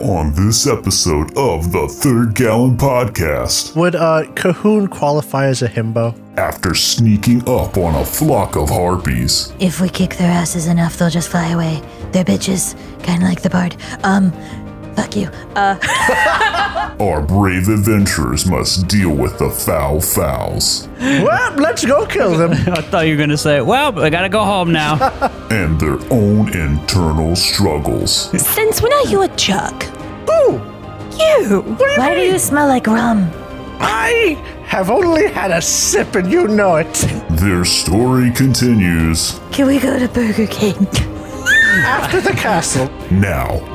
on this episode of the Third Gallon Podcast. Would uh, Cahoon qualify as a himbo? After sneaking up on a flock of harpies, If we kick their asses enough, they'll just fly away. They're bitches, kind of like the bard. Um, fuck you. Uh, our brave adventurers must deal with the foul fouls well, let's go kill them. I thought you were gonna say, "Well, I gotta go home now." and their own internal struggles. Since when are you a jerk? Ooh, You! why do you smell like rum? I have only had a sip and you know it. Their story continues Can we go to Burger King? After the castle. now.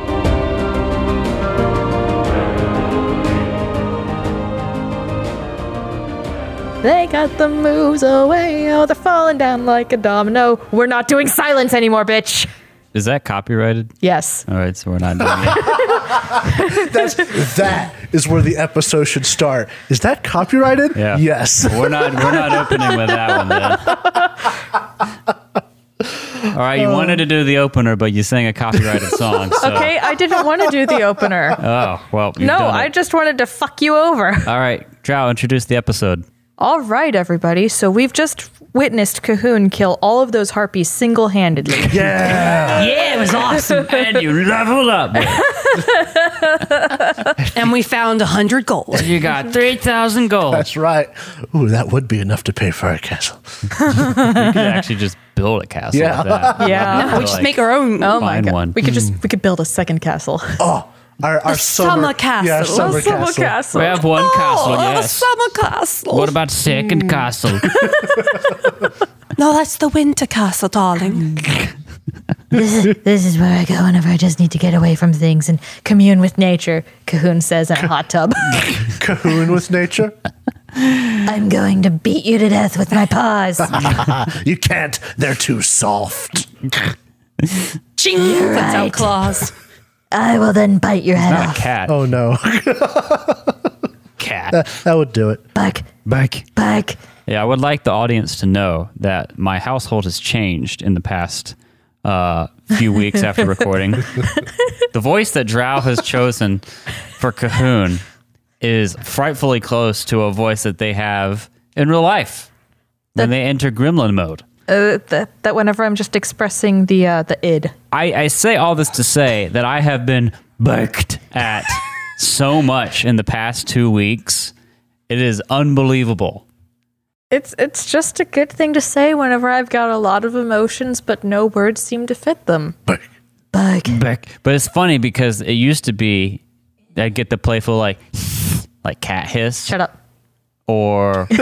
They got the moves away. Oh, they're falling down like a domino. We're not doing silence anymore, bitch. Is that copyrighted? Yes. All right, so we're not doing it. That's, that is where the episode should start. Is that copyrighted? Yeah. Yes. We're not. We're not opening with that one. Then. All right, you wanted to do the opener, but you sang a copyrighted song. So. Okay, I didn't want to do the opener. Oh well. You've no, done it. I just wanted to fuck you over. All right, Drow, introduce the episode. All right, everybody. So we've just witnessed Cahoon kill all of those harpies single handedly. Yeah. Yeah, it was awesome, and you leveled up. And we found a hundred gold. You got three thousand gold. That's right. Ooh, that would be enough to pay for our castle. You could actually just build a castle. Yeah. With that. Yeah. Not have No, to, we just like, make our own. Oh my Find god. one. Hmm. We could just we could build a second castle. Oh, our, our A summer, summer castle. Yeah, our A summer, a summer castle. castle. We have one castle. oh, a Yes. summer castle. What about second castle? no, that's the winter castle, darling. This is, this is where I go whenever I just need to get away from things and commune with nature, Cahoon says in a hot tub. Cahoon with nature. I'm going to beat you to death with my paws. You can't. They're too soft. Ching! That's our right. claws. I will then bite your head Not a off. cat. Oh Uh, no, cat. that would do it. Bark, Back. bark. Yeah, I would like the audience to know that my household has changed in the past uh, few weeks after recording. the voice that Drow has chosen for Cahoon is frightfully close to a voice that they have in real life when they enter gremlin mode. Uh, th- that whenever I'm just expressing the uh, the id. I, I say all this to say that I have been baked at so much in the past two weeks. It is unbelievable. It's it's just a good thing to say whenever I've got a lot of emotions but no words seem to fit them. Bark. Beck. But it's funny because it used to be I'd get the playful like like cat hiss Shut up. or or just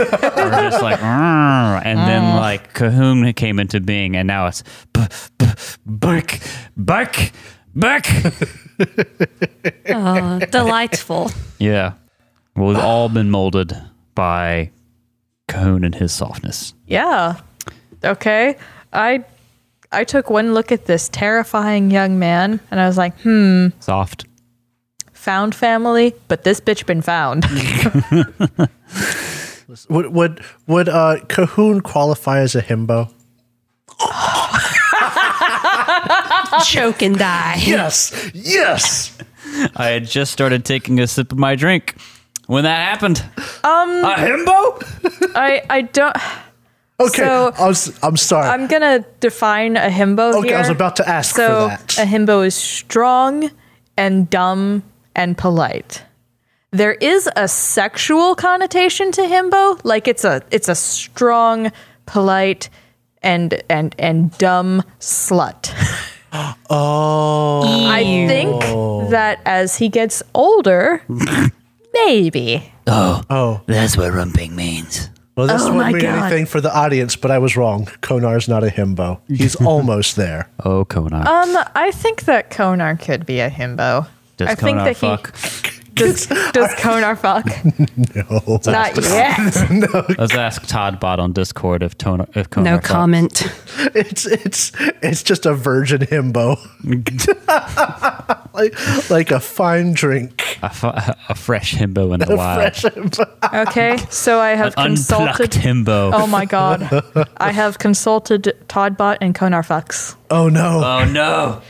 like "Rrr," and Ah. then like Cahoon came into being and now it's b- b- Beck Beck Beck. Oh, delightful. yeah. Well, we've all been molded by Cahoon and his softness. Yeah. Okay. I I took one look at this terrifying young man and I was like, hmm, Soft. found family, but this bitch been found. Would would would uh, Cahoon qualify as a himbo? Choke and die. Yes, yes. I had just started taking a sip of my drink when that happened. Um, a himbo? I I don't Okay, So- I was, I'm sorry. I'm gonna define a himbo okay, here. I was about to ask so for a that. himbo is strong and dumb and polite. There is a sexual connotation to himbo, like it's a it's a strong, polite, and and and dumb slut. Oh, I think that as he gets older, maybe. That's what rumping means. well, this Oh my wouldn't mean God. anything for the audience, but I was wrong. Konar's not a himbo. He's almost there. Oh, Conan. Um, I think that Konar could be a himbo. Does I think Conan that fuck? he does. Does Konar fuck? No. Not yet. Let's ask Todd Bot on Discord if Toner if Conan No fuck. comment. It's it's it's just a virgin himbo, like like a fine drink. A, fu- a fresh himbo in the wild, Fresh himbo. Okay, so I have unplucked consulted. himbo. Oh my god, I have consulted Toddbot and Konar fucks. Oh no! Oh, no!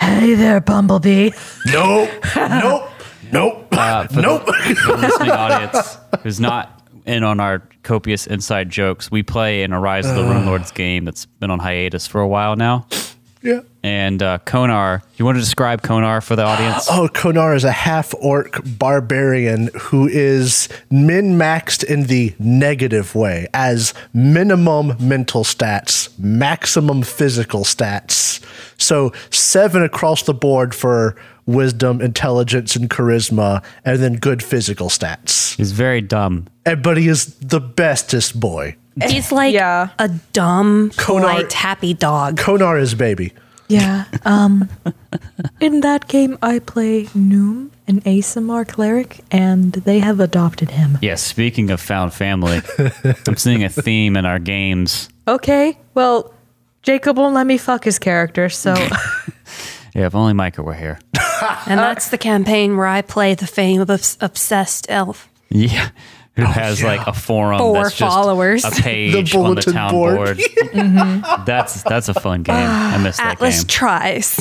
Hey there, Bumblebee. Nope. nope. Nope. nope. Uh, the listening audience who's not in on our copious inside jokes, we play in a Rise of the Rune Lords game that's been on hiatus for a while now. yeah. And uh, Konar, you want to describe Konar for the audience? Oh, Konar is a half orc barbarian who is min maxed in the negative way, as minimum mental stats, maximum physical stats. So seven across the board for wisdom, intelligence, and charisma, and then good physical stats. He's very dumb. And, but he is the bestest boy. He's like Yeah. a dumb, Konar- polite, happy dog. Konar is baby. Yeah. Um, in that game, I play Noom, an ASMR cleric, and they have adopted him. Yes, speaking of found family, I'm seeing a theme in our games. Okay, well, Jacob won't let me fuck his character, so Yeah, if only Micah were here. and that's the campaign where I play the famous obsessed elf. Yeah. Oh, Who has like a forum Four that's just followers. a page on the bulletin town board? Mm-hmm. board. That's that's a fun game. I miss that Atlas game. tries.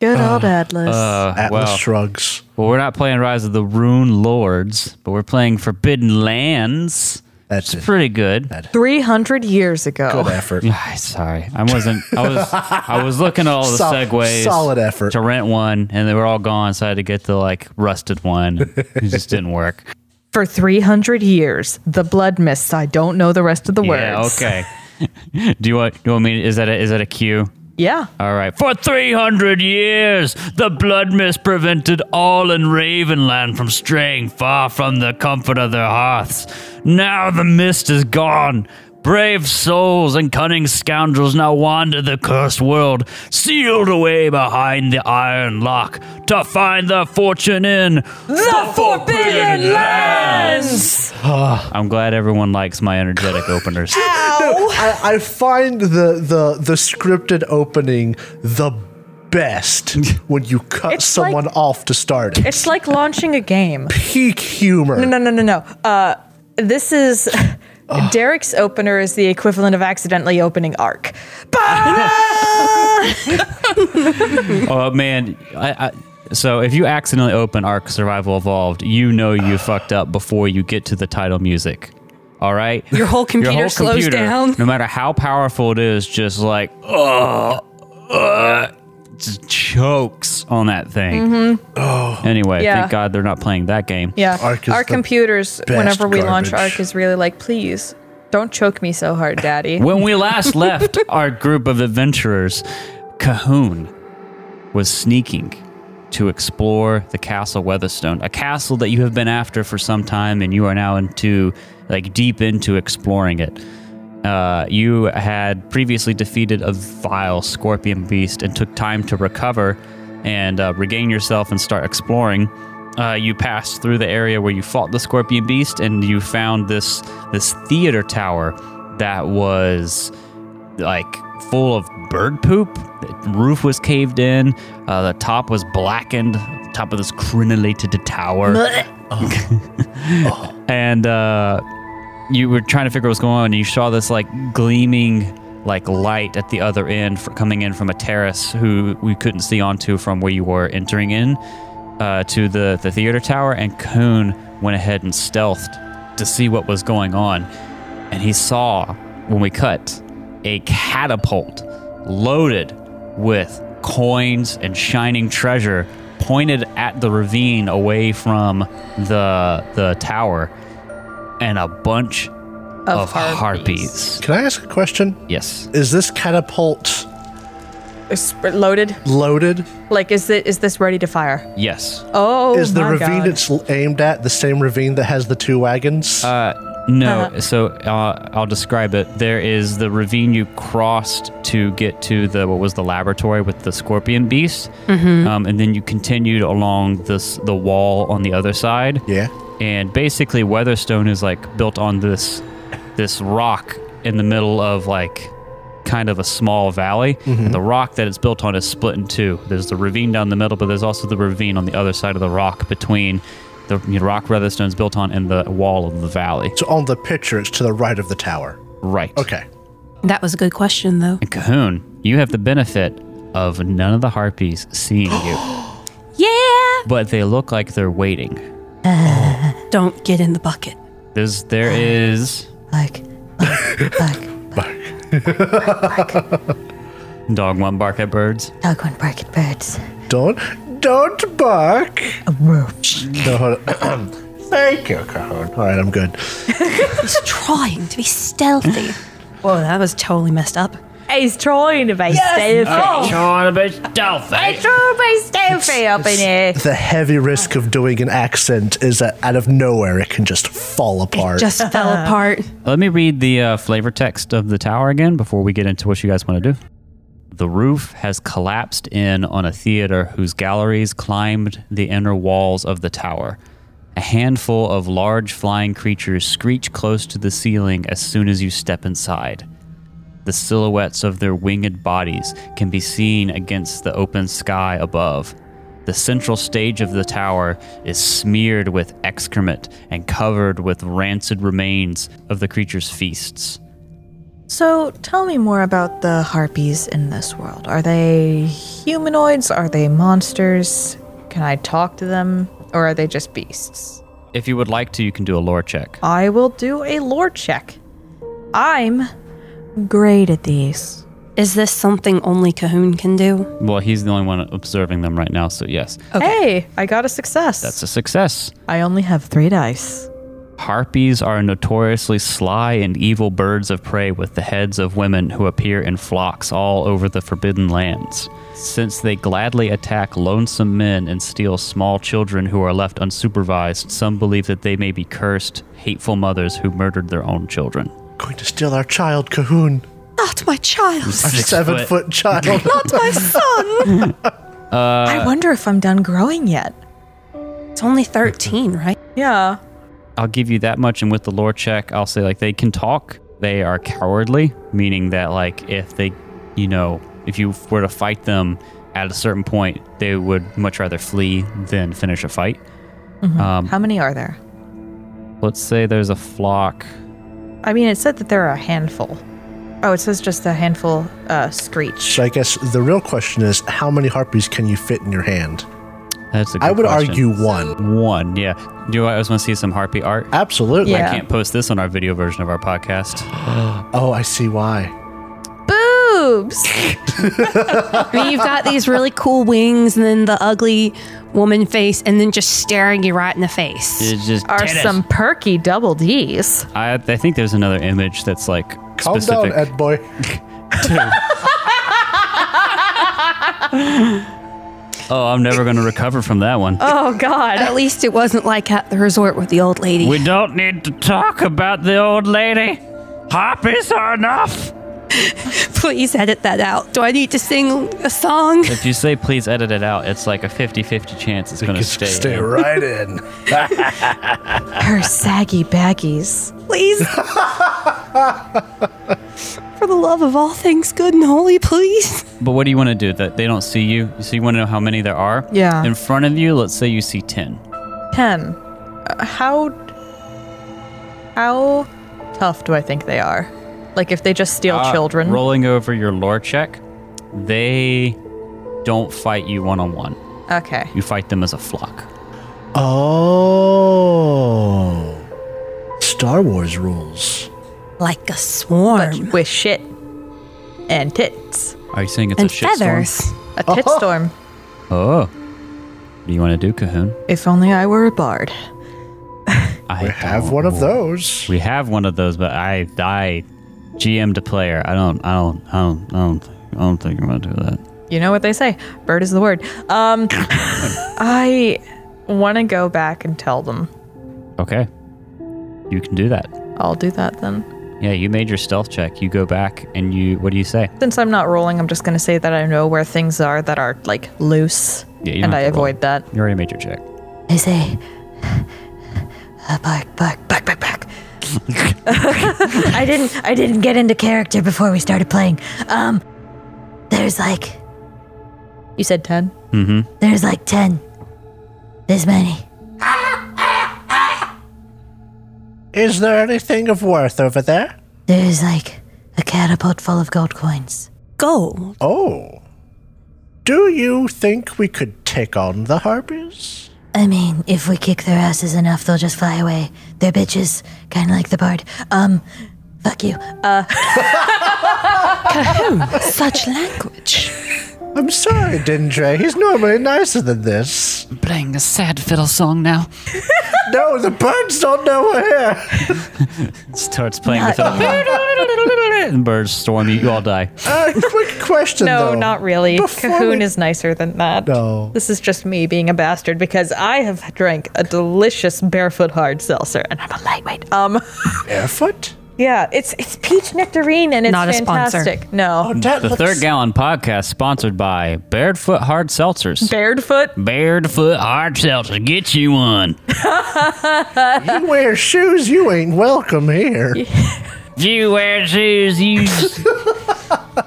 Good old Atlas. Uh, Atlas well, shrugs. well, we're not playing Rise of the Rune Lords, but we're playing Forbidden Lands. That's it. Pretty good. 300 years ago. Good effort. Ah, Sorry, I wasn't. I was. I was looking at all the Sol- segues. solid effort. to rent one, and they were all gone. So I had to get the like rusted one. It just didn't work. For 300 years, the blood mists. I don't know the rest of the Yeah. words. Okay. do you want? Do you want me? Is that a, is that a cue? Yeah. All right. For 300 years, the blood mist prevented all in Ravenland from straying far from the comfort of their hearths. Now the mist is gone. Brave souls and cunning scoundrels now wander the cursed world, sealed away behind the iron lock, to find their fortune in the, Forbidden Lands! I'm glad everyone likes my energetic openers. Oh. I, I find the, the the scripted opening the best when you cut It's someone like- off to start it. It's like launching a game. Peak humor. No, no, no, no. Uh, this is. Derek's opener is the equivalent of accidentally opening Arc. Oh man, I, I, so if you accidentally open Ark Survival Evolved, you know you fucked up before you get to the title music. All right, Your whole computer slows down. No matter how powerful it is, just like oh, just chokes on that thing. Mm-hmm. Oh. Anyway, Yeah. thank God they're not playing that game. Yeah. Arc is Our the computers, whenever we launch garbage. Arc, is really like, please don't choke me so hard, Daddy. When we last left our group of adventurers, Cahoon was sneaking to explore the castle Weatherstone, a castle that you have been after for some time, and you are now into like deep into exploring it. Uh, you had previously defeated a vile scorpion beast and took time to recover and uh, regain yourself and start exploring. Uh, you passed through the area where you fought the scorpion beast, and you found this this theater tower that was like full of bird poop. The roof was caved in. Uh, the top was blackened. Top of this crenelated tower. and uh, you were trying to figure out what's going on, and you saw this like gleaming like light at the other end for coming in from a terrace who we couldn't see onto from where you were entering in uh, to the, the theater tower and Coon went ahead and stealthed to see what was going on and he saw when we cut a catapult loaded with coins and shining treasure pointed at the ravine away from the the tower and a bunch of, harpies. Can I ask a question? Yes. Is this catapult It's loaded. loaded? Like, is it is this ready to fire? Yes. Oh, is the my ravine God. it's aimed at the same ravine that has the two wagons? Uh. Uh, No, so uh, I'll describe it. There is the ravine you crossed to get to the what was the laboratory with the scorpion beast, um, and then you continued along this the wall on the other side. yeah. And basically, Weatherstone is like built on this this rock in the middle of like kind of a small valley. And the rock that it's built on is split in two. There's the ravine down the middle, but there's also the ravine on the other side of the rock between the you know, rock Weatherstone's built on and the wall of the valley. So on the picture, it's to the right of the tower. Right. Okay. That was a good question, though. And Cahoon, you have the benefit of none of the harpies seeing you, Yeah. but they look like they're waiting. Don't get in the bucket. There's there is Like, bark, bark, dog won't bark at birds. dog won't bark at birds. Don't don't bark. No, hold on. Thank you, Cajon. All right, I'm good. He's trying to be stealthy. Whoa, that was totally messed up. He's trying to be stealthy. Trying to be stealthy. trying to be stealthy up in here. The heavy risk of doing an accent is that out of nowhere it can just fall apart. Just fell apart. Let me read the uh, flavor text of the tower again before we get into what you guys want to do. The roof has collapsed in on a theater whose galleries climbed the inner walls of the tower. A handful of large flying creatures screech close to the ceiling as soon as you step inside. The silhouettes of their winged bodies can be seen against the open sky above. The central stage of the tower is smeared with excrement and covered with rancid remains of the creature's feasts. So tell me more about the harpies in this world. Are they humanoids? Are they monsters? Can I talk to them? Or are they just beasts? If you would like to, you can do a lore check. I will do a lore check. I'm great at these. Is this something only Cahoon can do? Well, he's the only one observing them right now, so yes. Oh. Hey, I got a success. That's a success. I only have three dice. Harpies are notoriously sly and evil birds of prey with the heads of women who appear in flocks all over the forbidden lands. Since they gladly attack lonesome men and steal small children who are left unsupervised, some believe that they may be cursed, hateful mothers who murdered their own children. going to steal our child, Cahoon. Not my child. Our seven foot, child. Not my son. I wonder if I'm done growing yet. it's only 13, right? Yeah. I'll give you that much, and with the lore check, I'll say like they can talk. They are cowardly, meaning that like if they, you know, if you were to fight them at a certain point, they would much rather flee than finish a fight. Um, How many are there? Let's say there's a flock. I mean, it said that there are a handful. Oh, it says just a handful uh, screech. so I guess the real question is how many harpies can you fit in your hand? That's a good I would question. argue one. one. Yeah. Do I always want to see some harpy art? Absolutely. Yeah. I can't post this on our video version of our podcast. Oh, I see why. Boobs! I mean, you've got these really cool wings and then the ugly woman face and then just staring you right in the face. It's just Are tennis. some perky double D's. I, I think there's another image that's like Calm specific. down, Ed boy. oh, I'm never going to recover from that one. Oh, God. At least it wasn't like at the resort with the old lady. We don't need to talk about the old lady. Harpies are enough. Please edit that out. Do I need to sing a song? If you say please edit it out, it's like a 50 50 chance it's going to Just stay. Stay in. right in. Her saggy baggies. Please. For the love of all things good and holy, please. But what do you want to do? That they don't see you? So you want to know how many there are? Yeah. In front of you, let's say you see 10. 10. Uh, how. How tough do I think they are? Like, if they just steal Uh, children. Rolling over your lore check, they don't fight you one on one. Okay. You fight them as a flock. Oh. Star Wars rules. Like a But swarm. with shit. And tits. Are you saying it's and a shitstorm? feathers. A tit storm. Oh. What do you want to do, Cahoon? If only I were a bard. I We have one of those. We have one of those, but I I GM'd a player. I don't I don't I don't I don't, I don't think I'm gonna do that. You know what they say. Bird is the word. Um, I want to go back and tell them. Okay. You can do that. I'll do that then. Yeah, you made your stealth check. You go back and you what do you say? Since I'm not rolling, I'm just going to say that I know where things are that are like loose, Yeah, you don't and I have to roll. avoid that. You already made your check. They say, uh, bark, bark, bark, bark, bark. I didn't, I didn't get into character before we started playing. Um, there's like, You said ten. there's like ten. This many. Is there anything of worth over there? There's like a catapult full of gold coins. Gold. Oh. Do you think we could take on the Harpies? I mean, if we kick their asses enough, they'll just fly away. They're bitches, kind of like the bard. Um, fuck you. Such language. I'm sorry, Dindre. He's normally nicer than this. I'm playing a sad fiddle song now. No, the birds don't know we're here. Starts playing the fiddle. and birds storm you, you all die. Uh, quick question, No, though. not really. Before Cahoon we- is nicer than that. No. This is just me being a bastard because I have drank a delicious barefoot hard seltzer and I'm a lightweight. Um Barefoot? yeah, it's it's peach nectarine and it's Not a sponsor. fantastic. No. That The looks- third gallon podcast sponsored by Barefoot Hard Seltzers. Barefoot Barefoot Hard Seltzer, get you one. You wear shoes, you ain't welcome here. you wear shoes, you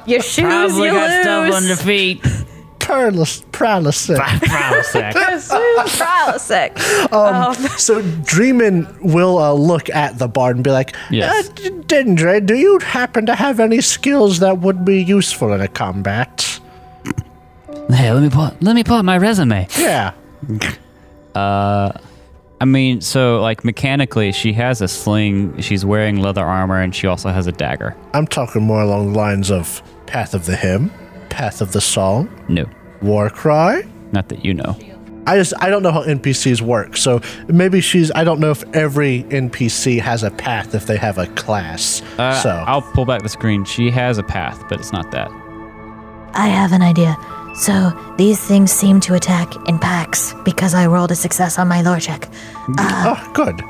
your shoes probably you got stuff on your lose. feet. Carlos Pralice. Prowlsick. So Dreamin will uh, look at the bard and be like, Yes. uh, D- Dindre, do you happen to have any skills that would be useful in a combat? Hey, let me pull, let me pull up my resume. Yeah. I mean, so like mechanically, she has a sling. She's wearing leather armor, and she also has a dagger. I'm talking more along the lines of Path of the Hymn, Path of the Song, No, War Cry. not that you know. I just I don't know how NPCs work, so maybe she's I don't know if every NPC has a path if they have a class. Uh, so I'll pull back the screen. She has a path, but it's not that. I have an idea. So these things seem to attack in packs because I rolled a success on my lore check. oh, good.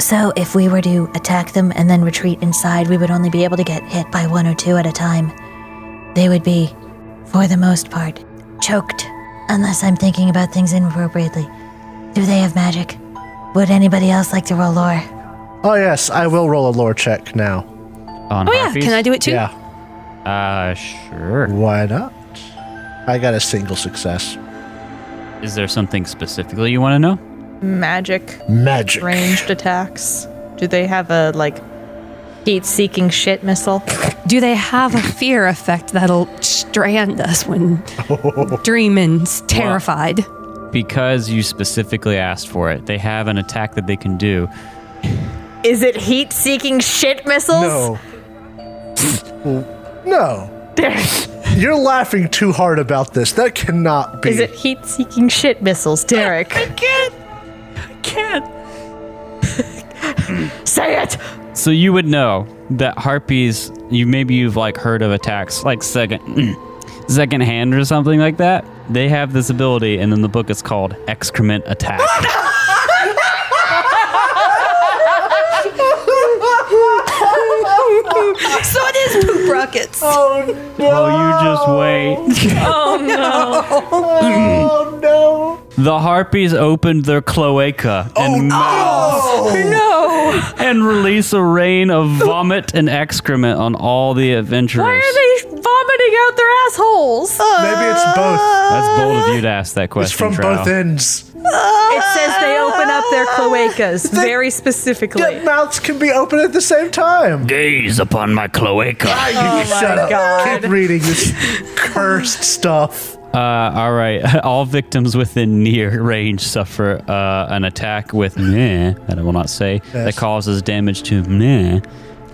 So if we were to attack them and then retreat inside, we would only be able to get hit by one or two at a time. They would be, for the most part, choked, unless I'm thinking about things inappropriately. Do they have magic? Would anybody else like to roll lore? Oh yes, I will roll a lore check now. On Oh yeah, can I do it too? Yeah, Uh, sure. why not? I got a single success. Is there something specifically you want to know? Magic Magic. ranged attacks. Do they have a like heat seeking shit missile? Do they have a fear effect that'll strand us when Dreamin's terrified? Because you specifically asked for it, they have an attack that they can do. Is it heat seeking shit missiles? No. no. You're laughing too hard about this. That cannot be. Is it heat seeking shit missiles, Derek? Can't. Say it! So you would know that harpies. You maybe you've like heard of attacks like second, second hand or something like that. They have this ability, and in the book it's called excrement attack. So it is poop rockets. oh, you just wait. Oh no. The harpies opened their cloaca Oh, and and release a rain of vomit and excrement on all the adventurers. Why are they vomiting out their assholes? Maybe it's both. That's bold of you to ask that question. It's from Trow. both ends. it says they open up their cloacas very specifically. The mouths can be open at the same time. Gaze upon my cloaca. Shut up. Keep reading this cursed stuff. Uh, all right. All victims within near range suffer uh, an attack with meh, that I will not say, that causes damage to meh,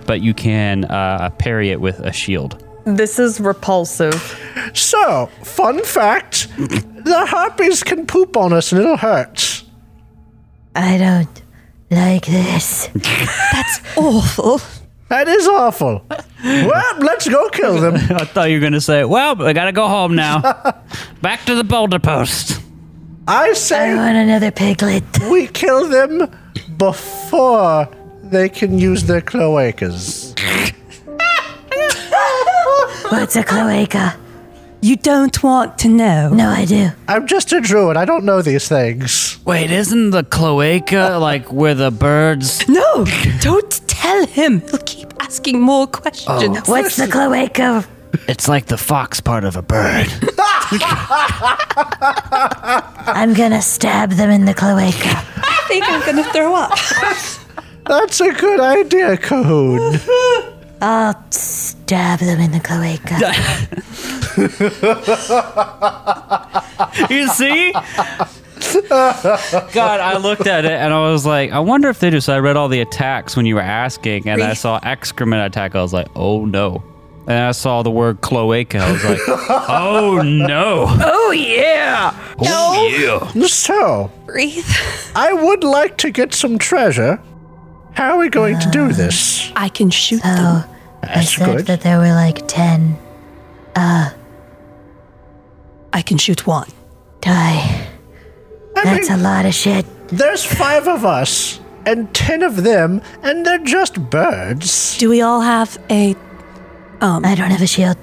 but you can uh, parry it with a shield. This is repulsive. So, fun fact the harpies can poop on us and it'll hurt. I don't like this. Awful. That is awful. Well, let's go kill them. I thought you were going to say, well, I got to go home now. Back to the boulder post. I I say want another piglet. we kill them before they can use their cloacas. What's a cloaca? You don't want to know. No, I do. I'm just a druid. I don't know these things. Wait, isn't the cloaca like where the birds? No, don't tell him. He'll keep asking more questions. What's the cloaca? It's like the fox part of a bird. I'm gonna stab them in the cloaca. I think I'm gonna throw up. That's a good idea, Cahoon. I'll stab them in the cloaca. you see? God, I looked at it and I was like, I wonder if they just. I read all the attacks when you were asking, and I saw excrement attack. I was like, oh no. And I saw the word cloaca. I was like, oh no. Oh yeah. Oh, yeah. So, Breathe. I would like to get some treasure. How are we going to do this? I can shoot them. Oh, Ah, I That's said good. that there were like 10. I can shoot one. Die. I That's a mean, lot of shit. there's five of us, and ten of them, and they're just birds. Do we all have a um, I don't have a shield.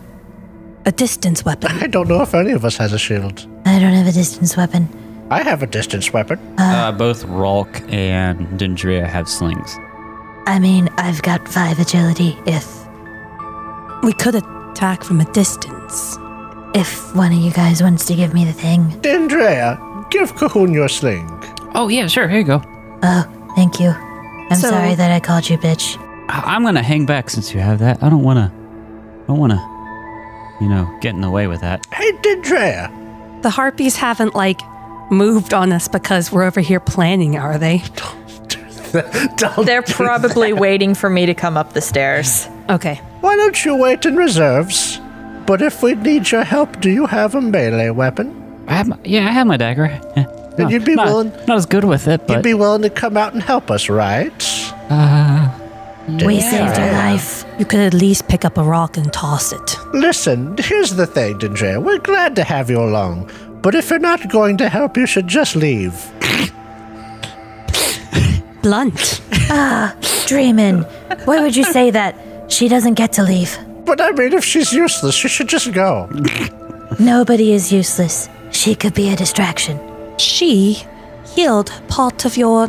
a distance weapon? I don't know if any of us has a shield. I don't have a distance weapon. I have a distance weapon. Uh, both Rolk and Dendria have slings. I mean, I've got five agility if We could attack from a distance. if one of you guys wants to give me the thing. Dendrea, give Cahoon your sling. Oh, yeah, sure. Here you go. Oh, thank you. I'm So- sorry that I called you bitch. I- I'm gonna hang back since you have that. I don't wanna, I don't wanna, you know, get in the way with that. Hey, Dendrea. The harpies haven't like moved on us because we're over here planning, are they? Don't- They're probably waiting for me to come up the stairs. Okay. Why don't you wait in reserves? But if we need your help, do you have a melee weapon? I have, my, yeah, I have my dagger. Yeah. Then you'd be not, willing- not as good with it, You'd but be willing to come out and help us, right? We saved your life. You could at least pick up a rock and toss it. Listen, here's the thing, Dendrea. We're glad to have you along. But if you're not going to help, you should just leave. Blunt. Dreamin'. Why would you say that? She doesn't get to leave. But I mean, if she's useless, she should just go. Nobody is useless. She could be a distraction. She healed part of your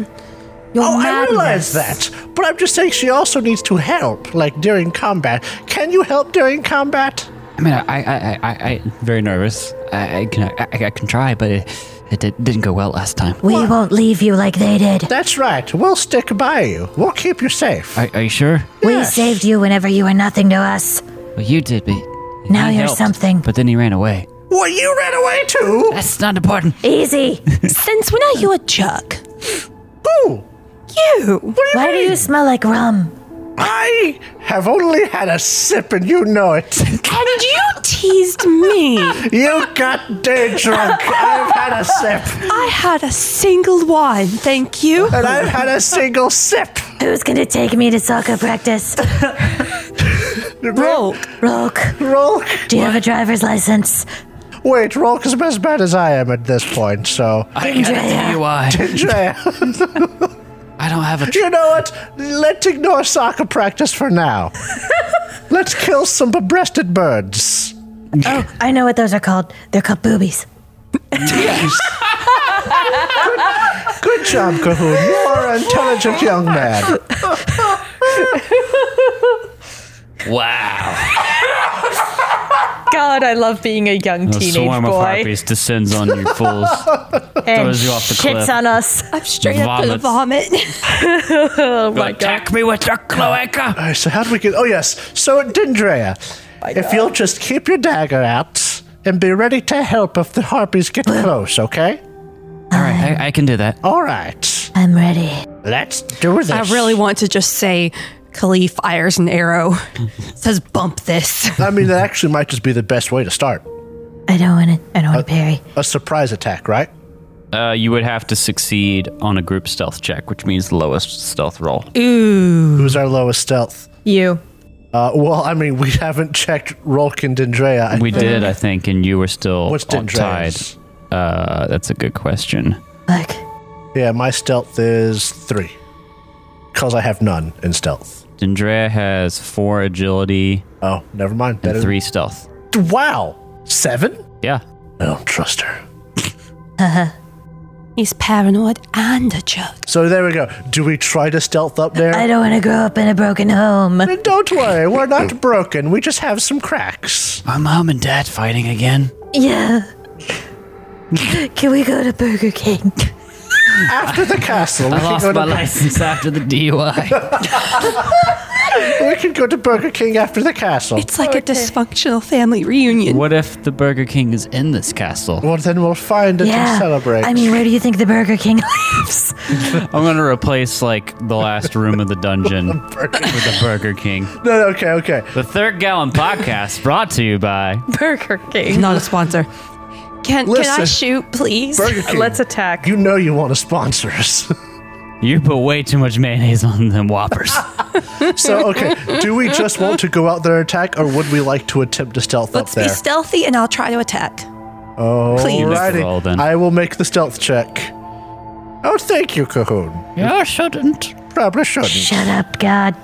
your Oh, I madness. realize that. But I'm just saying she also needs to help, like during combat. Can you help during combat? I mean, I, I, I, I, I very nervous. I, I can, I, I can try, but it, it did, didn't go well last time. We won't leave you like they did. That's right. We'll stick by you. We'll keep you safe. Are, are you sure? We saved you whenever you were nothing to us. Well, you did me. Now you're something. But then he ran away. Well, you ran away too. That's not important. Easy. Since when are you a jerk? Who? You. Why do you smell like rum? I have only had a sip, and you know it. And you teased me. you got day drunk. I've had a sip, I had a single wine, thank you. and I've had a single sip. Who's gonna take me to soccer practice? Roll. Roke, Roll. do you have a driver's license? Wait, Rolk is as bad as I am at this point, so. I gotta tell you why. Drea, I don't have a. Tr- you know what? Let's ignore soccer practice for now. Let's kill some breasted birds. Oh, I know what those are called. They're called boobies. Yes. good, good job, Cahoon. You are an intelligent young man. wow. God, I love being a young A teenage swarm of boy. harpies descends on you fools. And throws you off the shits cliff. on us. I'm straight up to the vomit. Attack me with your cloaca. All right, so how do we get? Oh yes, so Dendrea, if you'll just keep your dagger out and be ready to help if the harpies get close, okay? All right, I, I can do that. All right, I'm ready. let's do this. I really want to just say Kali fires an arrow. says bump this. I mean, that actually might just be the best way to start I don't want to. I don't Uh, want to parry. a surprise attack, right? Uh, you would have to succeed on a group stealth check, which means the lowest stealth roll. Who's our lowest stealth? You. Uh, well, I mean, we haven't checked Rolk and Dendrea. I We think. did, I think, and you were still What's on tied. Dendrea's? Uh, that's a good question. Look, uh, Yeah, my stealth is three, cause I have none in stealth. Dendrea has four agility Oh, never mind. and Better three stealth. Wow, seven. Yeah. I don't trust her. He's paranoid and a jerk. So there we go. Do we try to stealth up there? I don't want to grow up in a broken home. And Don't worry, we're not broken. We just have some cracks. My mom and dad fighting again. Yeah. Can we go to Burger King? After the castle, we I can lost go my to. license after the DUI. we can go to Burger King after the castle. It's like a dysfunctional family reunion. What if the Burger King is in this castle? well, then we'll find it yeah. and celebrate. I mean, where do you think the Burger King lives? I'm gonna replace like the last room of the dungeon with the Burger King. no, no, okay, okay. The Third Gallon Podcast brought to you by Burger King. Not a sponsor. Can can I Listen. shoot, please? Burger King. Let's attack. You know you want to sponsor us. You put way too much mayonnaise on them Whoppers. so, okay, do we just want to go out there and attack, or would we like to attempt to stealth Let's up there? be stealthy, and I'll try to attack. oh, please. You make the roll, then. I will make the stealth check. Oh, thank you, Cahoon. you shouldn't. Probably shouldn't. Shut up, God.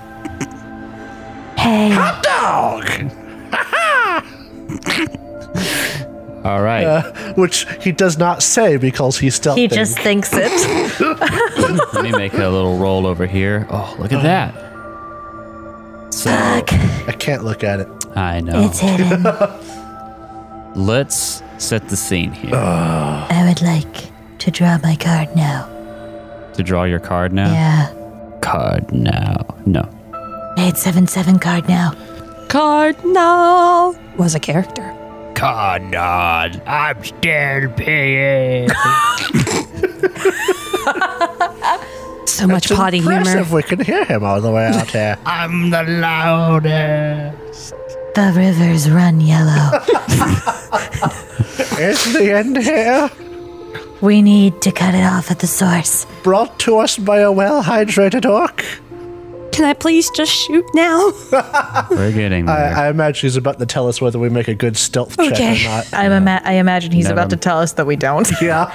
Hey, Dog! All right. Which he does not say because he's stealthy. He just thinks it. Let me make a little roll over here. Oh, look at that. So fuck. I can't look at it. I know. It's hidden. Let's set the scene here. I would like to draw my card now. to draw your card Uh. now. Yeah. Card now. No. 877 card now. Cardinal was a character. Card on. I'm still paying. So much potty Impressive, humor. Ah. we can hear him all the way out here. I'm the loudest. The rivers run yellow. Is the end here? we need to cut it off at the source. Brought to us by a well hydrated orc? Can I please just shoot now? We're getting there. I, I imagine he's about to tell us whether we make a good stealth Okay. check or not. I'm ima- I imagine he's Never. about to tell us that we don't. Yeah.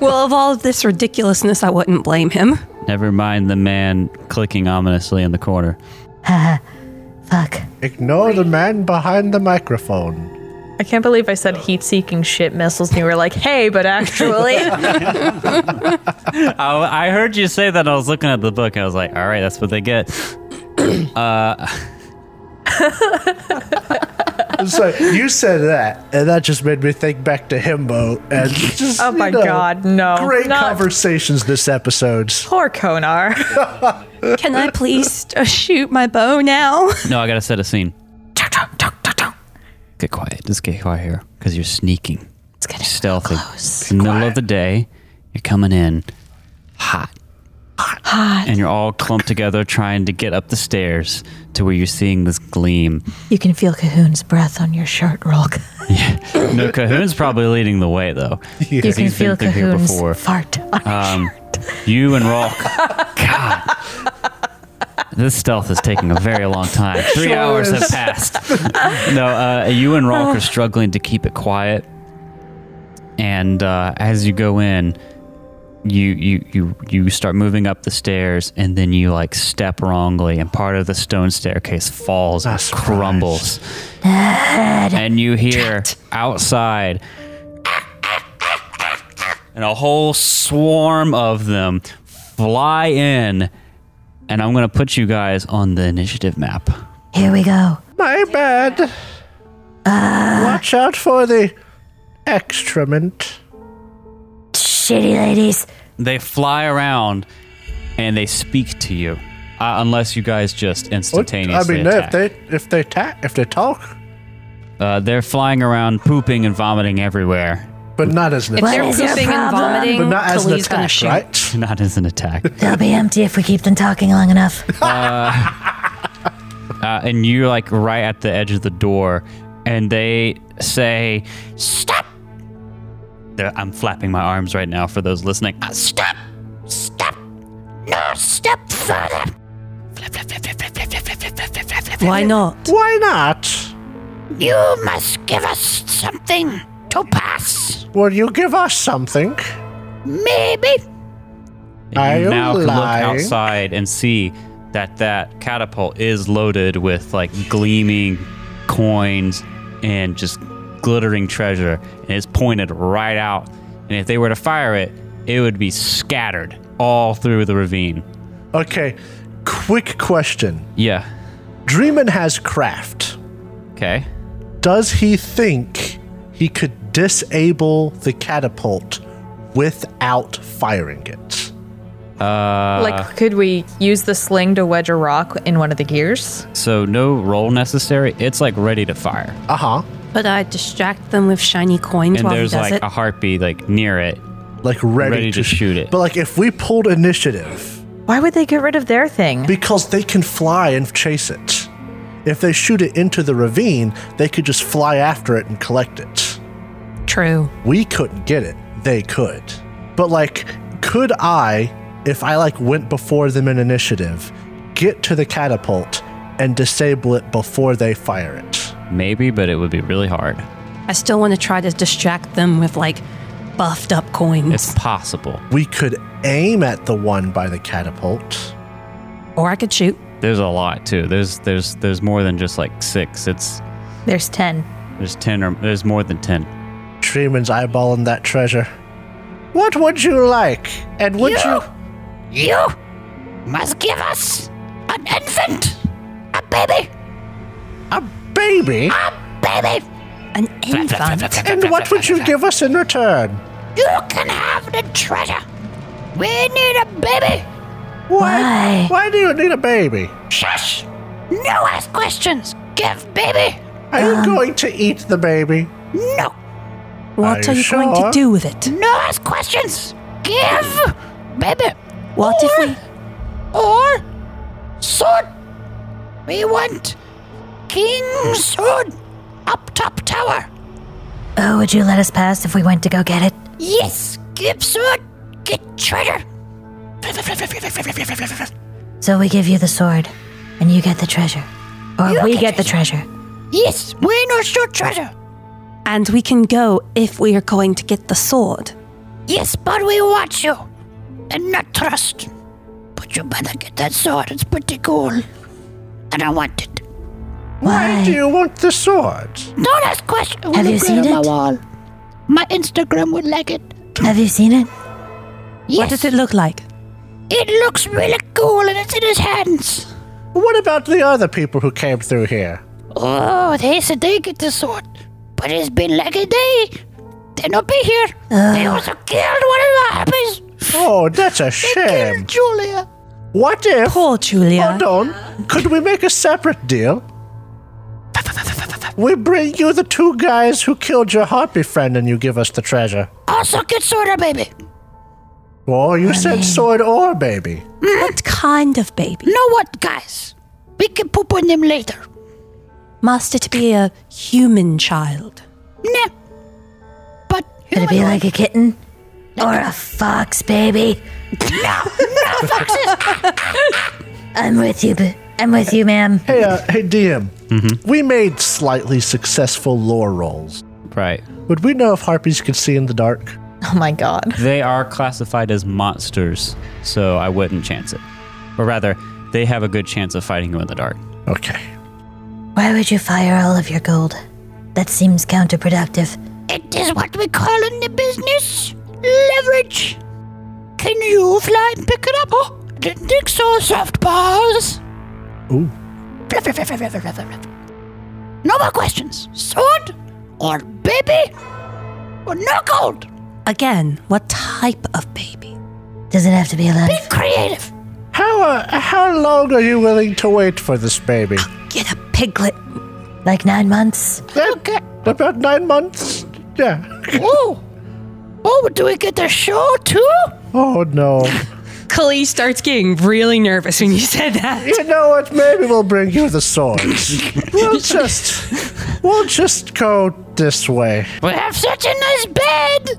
well, of all of this ridiculousness, I wouldn't blame him. Never mind the man clicking ominously in the corner. Fuck. Ignore the man behind the microphone. I can't believe I said heat seeking shit missiles and you were like, hey, but actually. Oh, I, I heard you say that. I was looking at the book. And I was like, all right, that's what they get. So you said that, and that just made me think back to Himbo. And just, Oh you my know, god, no. Great Not- conversations this episode. Poor Konar. Can I please just shoot my bow now? No, I gotta set a scene. Get quiet. Just get quiet here, because you're sneaking. It's getting stealthy. It's in the middle of the day, you're coming in hot. Hot. And you're all clumped together trying to get up the stairs to where you're seeing this gleam. You can feel Cahoon's breath on your shirt, Rolk. No, Cahoon's probably leading the way though. You Because can he's feel been through here Cahoon's before. fart on your Um, shirt. you and Rolk. God. This stealth is taking a very long time. Three Sure hours have is. passed. no, uh, you and Rolk are struggling to keep it quiet. And uh, as you go in, you, you you you start moving up the stairs, and then you like step wrongly, and part of the stone staircase falls and Ah, surprise. crumbles. And you hear outside and a whole swarm of them fly in. And I'm going to put you guys on the initiative map. Here we go. My bad. Watch out for the excrement. Shitty ladies. They fly around and they speak to you, uh, unless you guys just What? instantaneously I mean, if attack. they if they ta- if they talk, uh, they're flying around, pooping and vomiting everywhere. but not as an If What they're is your pooping and problem? vomiting, but not as an Khalid's gonna attack, shoot. right? Not as an attack. They'll be empty if we keep them talking long enough. uh, and you're like right at the edge of the door, and they say, "Stop!" They're, I'm flapping my arms right now for those listening. Uh, stop! Stop! No, step further! Flap, flap, flap, flap, flap, flap, flap, flap, flap, flap, flap, flap, flap. Why not? Why not? You must give us something to pass. Will you give us something? Maybe. Are you you now can look lying? outside and see that that catapult is loaded with like gleaming coins and just glittering treasure, and it's pointed right out. And if they were to fire it, it would be scattered all through the ravine. Okay, quick question. Yeah. Dreamin has craft. Okay. Does he think he could disable the catapult without firing it? Uh. Uh, like, could we use the sling to wedge a rock in one of the gears? So no roll necessary. It's like ready to fire. Uh huh. But I distract them with shiny coins and while he there's does like it. a harpy like near it. Like ready, Ready to shoot it. But like if we pulled initiative, Why would they get rid of their thing? because they can fly and chase it. If they shoot it into the ravine, they could just fly after it and collect it. True. We couldn't get it. They could. But like, could I, if I like went before them in initiative, get to the catapult and disable it before they fire it? Maybe, but it would be really hard. I still want to try to distract them with like buffed up coins. It's possible. We could aim at the one by the catapult. or I could shoot. There's a lot too. There's there's there's more than just like six. It's There's 10. there's ten or there's more than ten. Treeman's eyeballing that treasure. What would you like? And would you? You must give us an infant, a baby, A baby? baby. An infant. And what would you give us in return? You can have the treasure. We need a baby. Why? Why do you need a baby? Shush. No ask questions. Give baby. Are you going to eat the baby? No. What Are are you you going sure? to do with it? No ask questions. Give baby. What if we Or sword. We want King's sword up top tower. Oh, would you let us pass if we went to go get it? Yes. Give sword. Get treasure. So we give you the sword, and you get the treasure. Or You we get get the treasure. Yes. We need your treasure. And we can go if we are going to get the sword. Yes, but we watch you and not trust. But you better get that sword. It's pretty cool. And I want it. Why do you want the sword? Don't ask questions. Have you seen My it? wall. My Instagram would like it. Have you seen it? Yes. What does it look like? It looks really cool and it's in his hands. What about the other people who came through here? Oh, they said they get the sword. But it's been like a day. They not be here. Uh. They also killed one of the harpies. Oh, that's a shame. Killed Julia. What if? Poor Julia. Hold on. Could we make a separate deal? We bring you the two guys who killed your harpy friend and you give us the treasure. Also get sword, baby. Oh, you said sword or baby. What kind of baby? Know what, guys? We can poop on them later. Must it be a human child? Nah. But Could it be like a kitten? Or a fox, baby? No, no foxes! I'm with you, b- I'm with you, ma'am. Hey, uh, hey, DM. We made slightly successful lore rolls. Right. Would we know if harpies could see in the dark? Oh my god. They are classified as monsters, so I wouldn't chance it. Or rather, they have a good chance of fighting you in the dark. Okay. Why would you fire all of your gold? That seems counterproductive. it is what we call in the business leverage. Can you fly and pick it up? Oh, didn't think so, soft paws. Ooh. No more questions. Sword or baby or no gold. Again, what type of baby? Does it have to be Be alive? creative. How uh, how long are you willing to wait for this baby? Get a piglet. Like nine months? Okay. Eh, About nine months. Yeah. Oh, oh, do we get the show too? Oh no. Kali starts getting really nervous when you said that. You know what? Maybe we'll bring you the sword. we'll just we'll just go this way. We have such a nice bed.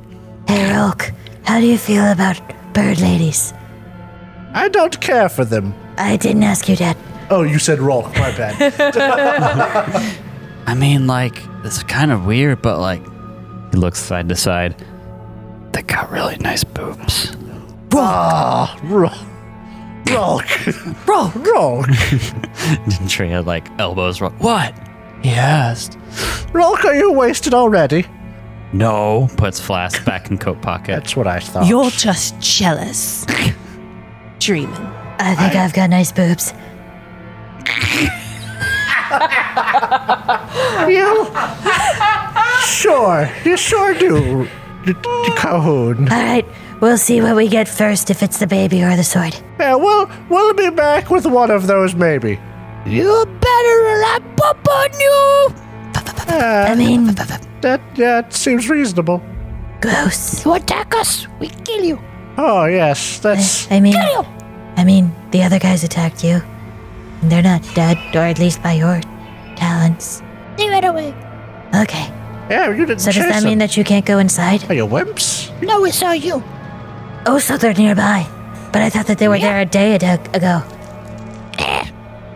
Hey, Roke, how do you feel about bird ladies? I don't care for them. I didn't ask you that. Oh, you said roll. My bad. I mean, like, it's kind of weird, but like, he looks side to side. They got really nice boobs. roll. Roll. Roll. Roll. Didn't Trey had like elbows roll? What? He asked. Roll. Are you wasted already? No. Puts flask back in coat pocket. That's what I thought. You're just jealous. Dreaming. I think I've got nice boobs. You- sure. You sure do. D- d- Calhoun. All right, We'll see what we get first if it's the baby or the sword. Yeah, we'll we'll be back with one of those maybe. You better rely up on you. Uh, I mean, Ah, That that seems reasonable. gross. You attack us, we kill you. Oh yes, that's I mean, I mean, the other guys attacked you. And they're not dead, or at least by your talents. Leave it away. Okay. yeah. You didn't So does chase that mean them. that you can't go inside? Are you wimps? No, we saw you. Oh, so they're nearby. But I thought that they were there a day ad- ago.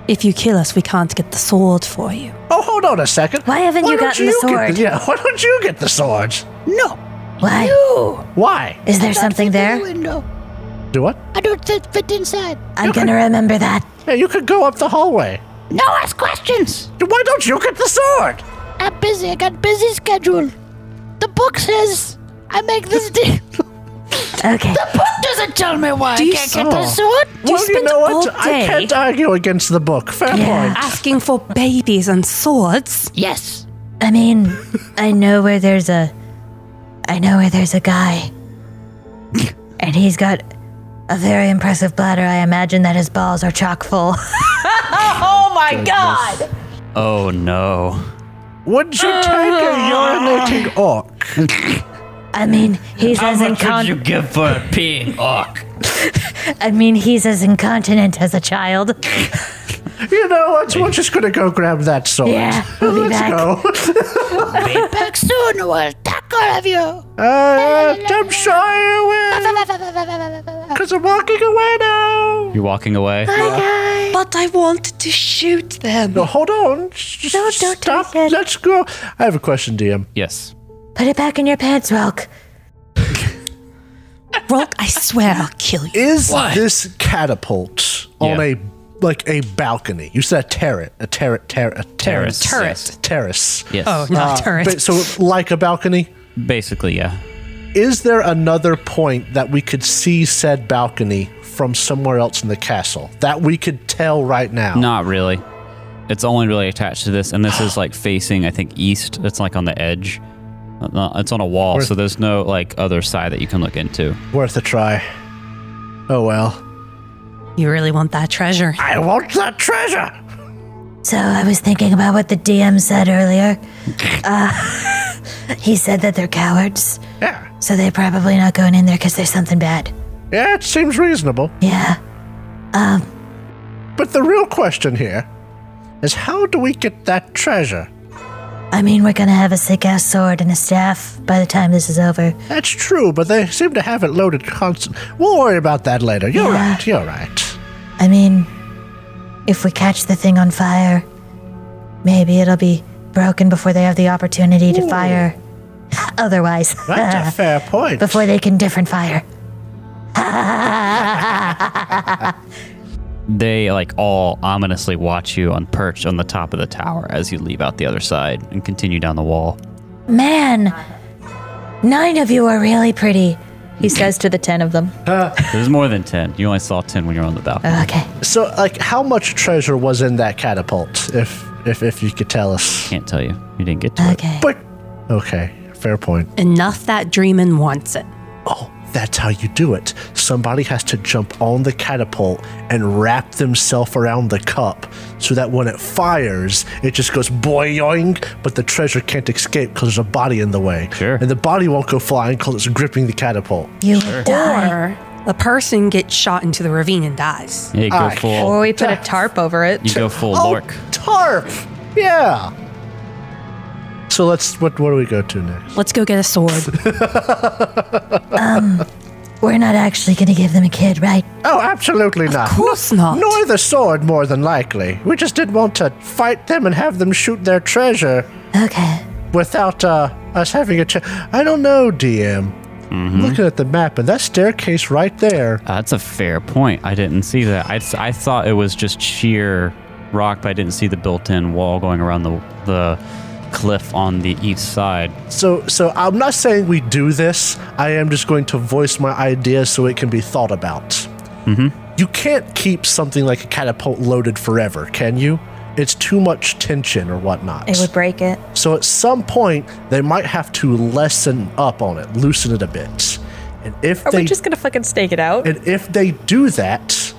If you kill us, we can't get the sword for you. Oh, hold on a second. Why haven't you don't gotten the get sword? yeah, why don't you get the swords? No. Why? You. Why? Is there Don't something fit in the there? window. Do what? I don't fit, fit inside. I'm gonna remember that. Yeah, you could go up the hallway. No, ask questions. Why don't you get the sword? I'm busy. I got busy schedule. The book says I make this deal. Okay. the book doesn't tell me why I can't get the Oh. sword. well, you spend know what? all I day- can't argue against the book. Fair Yeah. point. Asking for babies and swords? Yes. I mean, I know where there's a. I know where there's a guy. And he's got a very impressive bladder. I imagine that his balls are chock full. Oh my god! Oh no. Would you take a urinating orc? I mean, he's as would incontinent. give for a Oh, peeing orc? I mean, he's as incontinent as a child. You know what? We're just gonna go grab that sword. Oh. Yeah, we'll be Let's back. go. Back soon. We'll attack all of you. Uh, I'm sorry you will, because I'm walking away now. You're walking away? But I wanted to shoot them. No, hold on. Just No, don't stop. take it. Let's go. I have a question, DM. Yes. Put it back in your pants, Rock. Rock, I swear I'll kill you. Is this catapult on Yeah. a like a balcony? You said a turret, a turret, turret, a terrace, Terrace, terrace. Terrace. yes. Uh, Yes. Oh, not turret. But so like a balcony. Basically, yeah. Is there another point that we could see said balcony from somewhere else in the castle that we could tell right now? Not really. It's only really attached to this, and this is like facing, I think, east. It's like on the edge. Uh, no, It's on a wall, so there's no like other side that you can look into. Worth a try. Oh well. You really want that treasure? I want that treasure. So I was thinking about what the DM said earlier. Uh, he said that they're cowards, Yeah. so they're probably not going in there because there's something bad. Yeah, it seems reasonable. Yeah. But the real question here is how do we get that treasure? I mean, we're gonna have a sick ass sword and a staff by the time this is over. That's true, but they seem to have it loaded constant. We'll worry about that later. You're Yeah. right. You're right. I mean, if we catch the thing on fire, maybe it'll be broken before they have the opportunity to fire. Otherwise, That's a fair point. Uh, before they can different fire. They like all ominously watch you on perch on the top of the tower as you leave out the other side and continue down the wall. Man, nine of you are really pretty. He says to the ten of them. There's more than 10. You only saw 10 when you were on the balcony. Okay. so, like, how much treasure was in that catapult? If if if you could tell us. Can't tell you. You didn't get to it. Okay. But okay, fair point. Enough that Dreamin wants it. Oh, that's how you do it. Somebody has to jump on the catapult and wrap themselves around the cup so that when it fires, it just goes boing, but the treasure can't escape because there's a body in the way. Sure. And the body won't go flying because it's gripping the catapult. You will die. Or the person gets shot into the ravine and dies. Yeah, you go Alright. Or full. we put a tarp over it. You go full Oh, Lork. tarp! Yeah. So let's. What, what do we go to next? Let's go get a sword. We're not actually gonna give them a kid, right? Oh, absolutely not. Of course not. Nor the sword, more than likely. We just didn't want to fight them and have them shoot their treasure. Okay. without uh, us having a chance. I don't know, DM. Looking at the map and that staircase right there. Uh, that's a fair point. I didn't see that. I, s- I thought it was just sheer rock, but I didn't see the built-in wall going around the the cliff on the east side. So, so I'm not saying we do this. I am just going to voice my idea so it can be thought about. Mm-hmm. You can't keep something like a catapult loaded forever, can you? It's too much tension or whatnot. It would break it. So at some point, they might have to lessen up on it, loosen it a bit. And if Are they we just gonna fucking stake it out? and if they do that,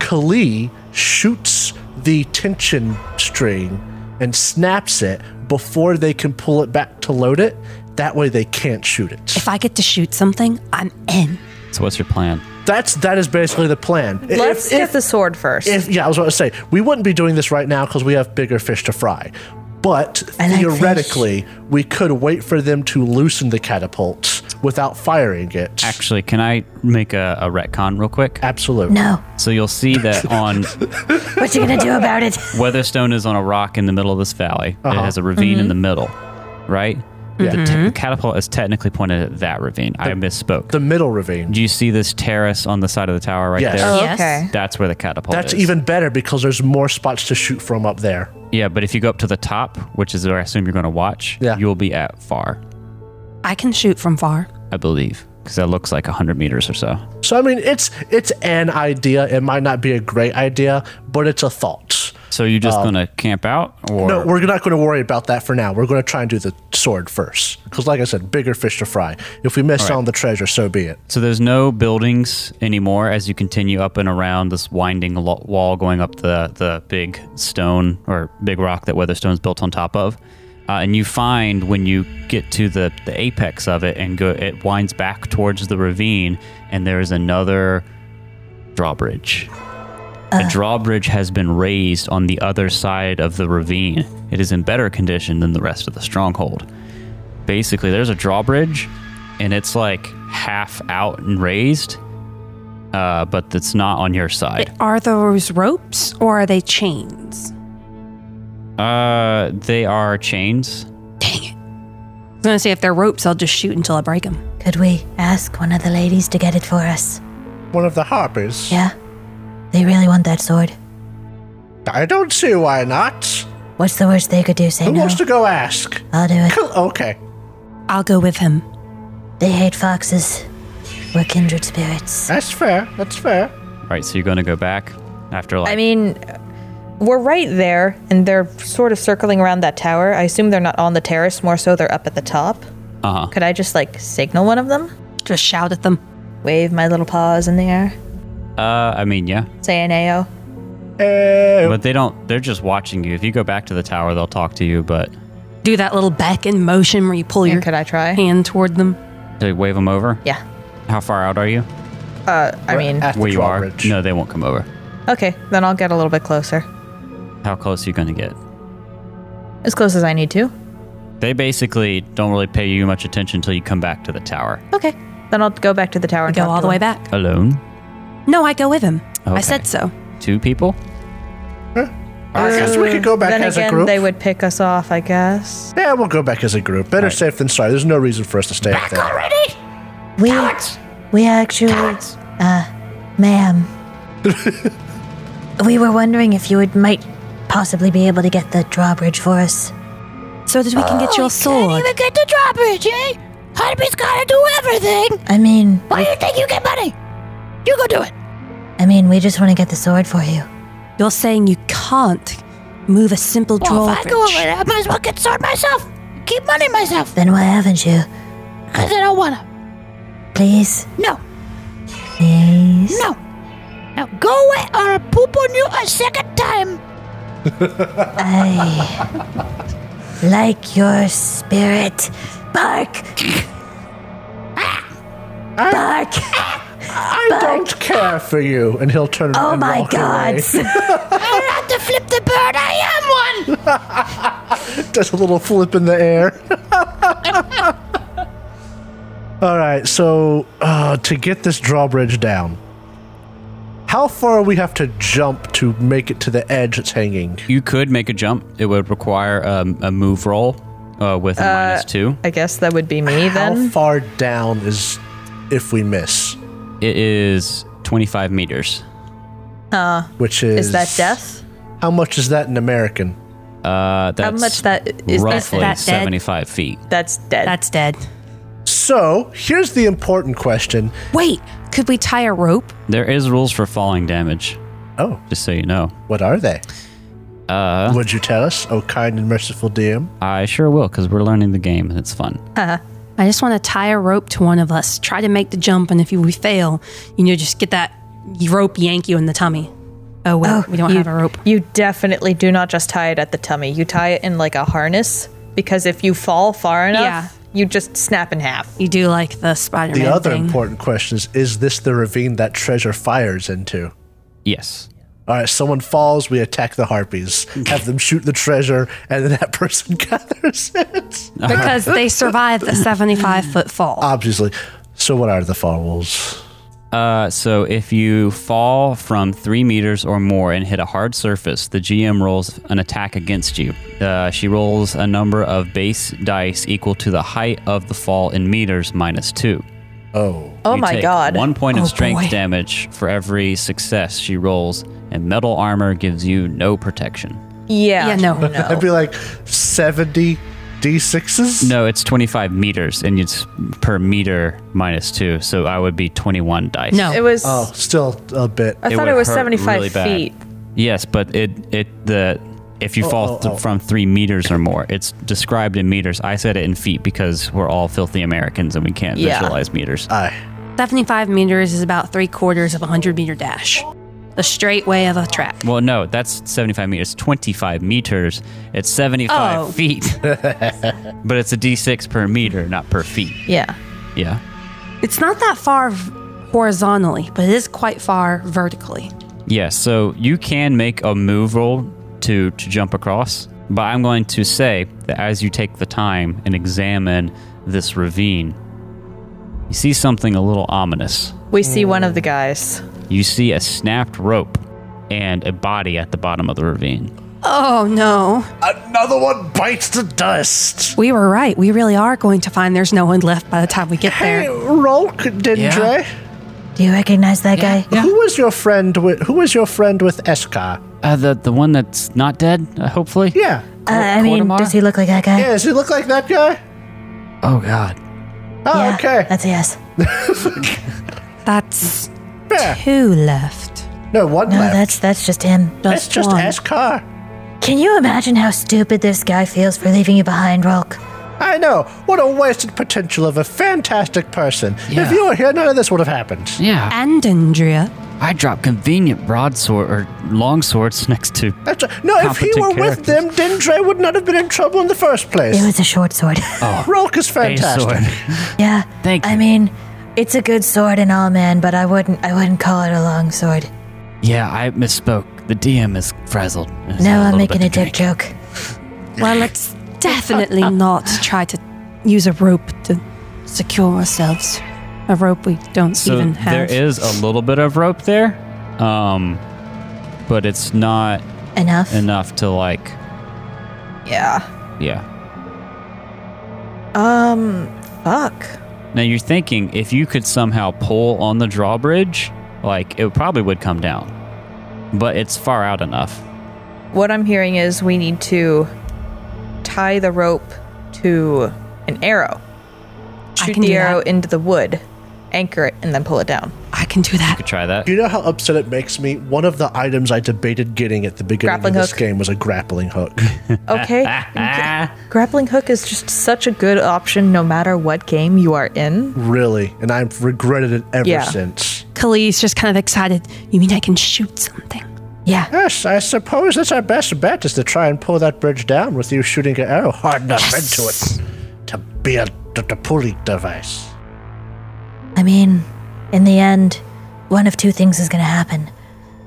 Kali shoots the tension string and snaps it before they can pull it back to load it. That way they can't shoot it. If I get to shoot something, I'm in. So what's your plan? That's that is basically the plan. If- Let's if- get the sword first. if yeah, I was about to say we wouldn't be doing this right now because we have bigger fish to fry. But I like theoretically, we could wait for them to loosen the catapult without firing it. Actually, can I make a, a retcon real quick? Absolutely. No. So you'll see that on What you gonna do about it? Weatherstone is on a rock in the middle of this valley. Uh-huh. It has a ravine Mm-hmm. in the middle, right? Yeah. The, te- the catapult is technically pointed at that ravine. I misspoke. The middle ravine. Do you see this terrace on the side of the tower right Yes. there? Oh, Yes. okay. That's where the catapult That's is. even better because there's more spots to shoot from up there. Yeah, but if you go up to the top, which is where I assume you're going to watch, Yeah. you'll be at far, I can shoot from far. I believe, because that looks like 100 meters or so. So I mean, it's it's an idea. It might not be a great idea, but it's a thought. So you're just going to camp out? Or Oh. No, we're not going to worry about that for now. We're going to try and do the sword first because, like I said, bigger fish to fry. If we miss on the treasure, so be it. So there's no buildings anymore as you continue up and around this winding lo- wall going up the, the big stone or big rock that Weatherstone's built on top of. Uh, and you find when you get to the, the apex of it and go, it winds back towards the ravine, and there's another drawbridge. Uh. A drawbridge has been raised on the other side of the ravine. It is in better condition than the rest of the stronghold basically there's a drawbridge and it's like half out and raised uh, but it's not on your side Are those ropes or are they chains? uh, they are chains Dang it. I was gonna say if they're ropes, I'll just shoot until I break them. Could we ask one of the ladies to get it for us? One of the harpers. Yeah? They really want that sword. I don't see why not. What's the worst they could do? Say Who no. wants to go ask? I'll do it. Cool, Okay. I'll go with him. They hate foxes. We're kindred spirits. That's fair. That's fair. All right so you're gonna go back after like I mean, we're right there, and they're sort of circling around that tower. I assume they're not on the terrace, more so they're up at the top. uh-huh Could I just like signal one of them? Just shout at them. Wave my little paws in the air, uh i mean yeah say an AO. Eh, but they don't they're just watching you if you go back to the tower they'll talk to you but Do that little beck and motion where you pull your And could I try? hand toward them. do you wave them over Yeah. Uh, how far out are you I mean, at the where you are drawbridge. no they won't come over okay, then I'll get a little bit closer. how close are you gonna get As close as I need to. they basically don't really pay you much attention until you come back to the tower Okay. Then I'll go back to the tower I and go talk all to the way him. back. alone No, I go with him. I Okay. said so. two people I guess we could go back then as again, a group. they would pick us off, I guess. yeah, we'll go back as a group. Better safe than sorry. There's no reason for us to stay up there. Already? We, we actually, uh, ma'am. we were wondering if you would might possibly be able to get the drawbridge for us. So that we can get Oh, you a sword. Can't even get the drawbridge, eh? Harpy's gotta do everything. I mean, Why do you think you get money? You go do it. I mean, we just want to get the sword for you. You're saying you can't move a simple Well, if I drawbridge. go over there, I might as well get sword myself. Keep money myself, Then why haven't you? because I don't wanna. Please, No, please. no. Now go away or I'll poop on you a second time. I like your spirit. Bark, Ah. I, bark. I don't care for you. And he'll turn around Oh and my walk away. gods. I'm not to flip the bird, I am one. Does a little flip in the air. All right, so uh, to get this drawbridge down, how far we have to jump to make it to the edge it's hanging? You could make a jump. It would require um, a move roll uh, with a minus two. I guess that would be me How then. far down is if we miss? It is 25 meters. Which is Is that death? How much is that in American? Uh, that's much that- is that- roughly that dead? 75 feet. That's dead. That's dead. So here's the important question. Wait, could we tie a rope? There is rules for falling damage, Oh, just so you know. what are they? Uh, Would you tell us, oh kind and merciful DM? I sure will, because we're learning the game and it's fun. I just want to tie a rope to one of us. Try to make the jump, and if you, we fail, you know, just get that rope yank you in the tummy. Oh, wait, we don't you, have a rope. You definitely do not just tie it at the tummy. You tie it in like a harness because if you fall far enough, Yeah. you just snap in half. You do like the Spider-Man The other thing. important question is Is this the ravine that treasure fires into? Yes. All right, someone falls, we attack the harpies, have them shoot the treasure, and then that person gathers it. because they survived the 75 foot fall. Obviously. So, what are the fall rules? Uh, so if you fall from three meters or more and hit a hard surface, the GM rolls an attack against you. Uh, she rolls a number of base dice equal to the height of the fall in meters minus two. Oh You my take god. One point of Oh, strength boy. damage for every success she rolls, and metal armor gives you no protection. yeah. yeah, no. That'd be like 70 d6s? No, it's 25 meters, and it's per meter minus two. So I would be 21 dice. No. It was Oh, still a bit. I thought would it was hurt 75 really bad. feet. Yes, but it it the if you fall th- from three meters or more, it's described in meters. I said it in feet because we're all filthy Americans and we can't Yeah. visualize meters. 75 meters is about three quarters of a 100 meter dash. The straight way of a track. well, no, that's 75 meters. 25 meters. It's 75 Oh. feet. but it's a d6 per meter, not per feet. Yeah. Yeah. It's not that far v- horizontally, but it is quite far vertically. Yeah, so you can make a move roll to, to jump across, but I'm going to say that as you take the time and examine this ravine, you see something a little ominous. We see one of the guys. You see a snapped rope and a body at the bottom of the ravine. Oh no. Another one bites the dust. We were right. We really are going to find there's no one left by the time we get Hey, there. Rolk, Dindre. Do you recognize that guy? Who was your friend with? Who was your friend with Eska? Uh, the, the one that's not dead, uh, hopefully? Yeah. Uh, I mean, Cordomar? does he look like that guy? Yeah. Does he look like that guy? Oh, God. Oh, Yeah, okay. That's a yes. That's Yeah. two left. No, one No, left. that's that's just him. That's just one. Eska. Can you imagine how stupid this guy feels for leaving you behind, Rolk? I know. What a wasted potential of a fantastic person. If you were here, none of this would have happened. Yeah, And Andrea. I drop convenient broadsword or long swords next to. That's a, no, if he Competent were with characters. them, Dindre would not have been in trouble in the first place. It was a short sword. Rolk is a sword. fantastic. yeah. Thank I you. mean, it's a good sword and all, man, but I wouldn't I wouldn't call it a long sword. Yeah, I misspoke. The DM is frazzled. No, I'm making a dick joke. Well, let's definitely not try to use a rope to secure ourselves. A rope we don't So even have. there is a little bit of rope there, um, but it's not Enough. enough to like. Yeah. Yeah. Um fuck. Now you're thinking if you could somehow pull on the drawbridge, like it probably would come down, but it's far out enough. What I'm hearing is we need to tie the rope to an arrow. I Shoot can the do arrow that. into the wood, anchor it, and then pull it down. I can do that. Could try that. Do you know how upset it makes me? One of the items I debated getting at the beginning Grappling of this hook. game was a grappling hook. Okay. G- Ah. Grappling hook is just such a good option no matter what game you are in. really, and I've regretted it ever Yeah. since. Khalees just kind of excited. You mean I can shoot something? Yeah. Yes, I suppose that's our best bet is to try and pull that bridge down with you shooting an arrow hard enough into it to be a to, to pulley device. I mean, in the end, one of two things is gonna happen.